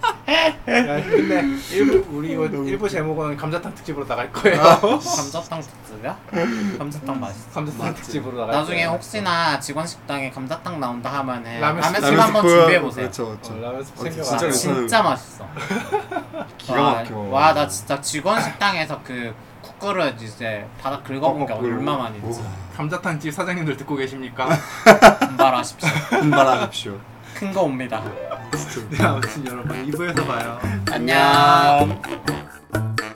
B: 근데 일부 우리 이거
D: 너무 아.
B: 일부 제목은 감자탕 특집으로 나갈 거예요.
C: 감자탕 특집이야? 감자탕 맛있어.
B: 감자탕
D: 맞지.
B: 특집으로 나갈
C: 나중에
B: 거예요.
C: 혹시나 직원 식당에 감자탕 나온다 하면은
B: 라면
C: 라면,
B: 스프-
C: 스프 한번 준비해 보세요.
D: 그렇죠, 그렇죠.
B: 어, 라면 스프
D: 어,
B: 챙겨가.
C: 진짜,
D: 진짜 괜찮은-
C: 맛있어.
D: 기가 막혀.
C: 아, 와 나 진짜 직원 식당에서 그 국그릇 이제 바닥 긁어본 게 그러니까 얼마만인지
B: 감자탕 집 사장님들 듣고 계십니까?
C: 분발하십시오.
D: 분발하십시오.
C: 큰 거 옵니다.
B: 네, 아무튼 여러분 2부에서 봐요.
C: 안녕.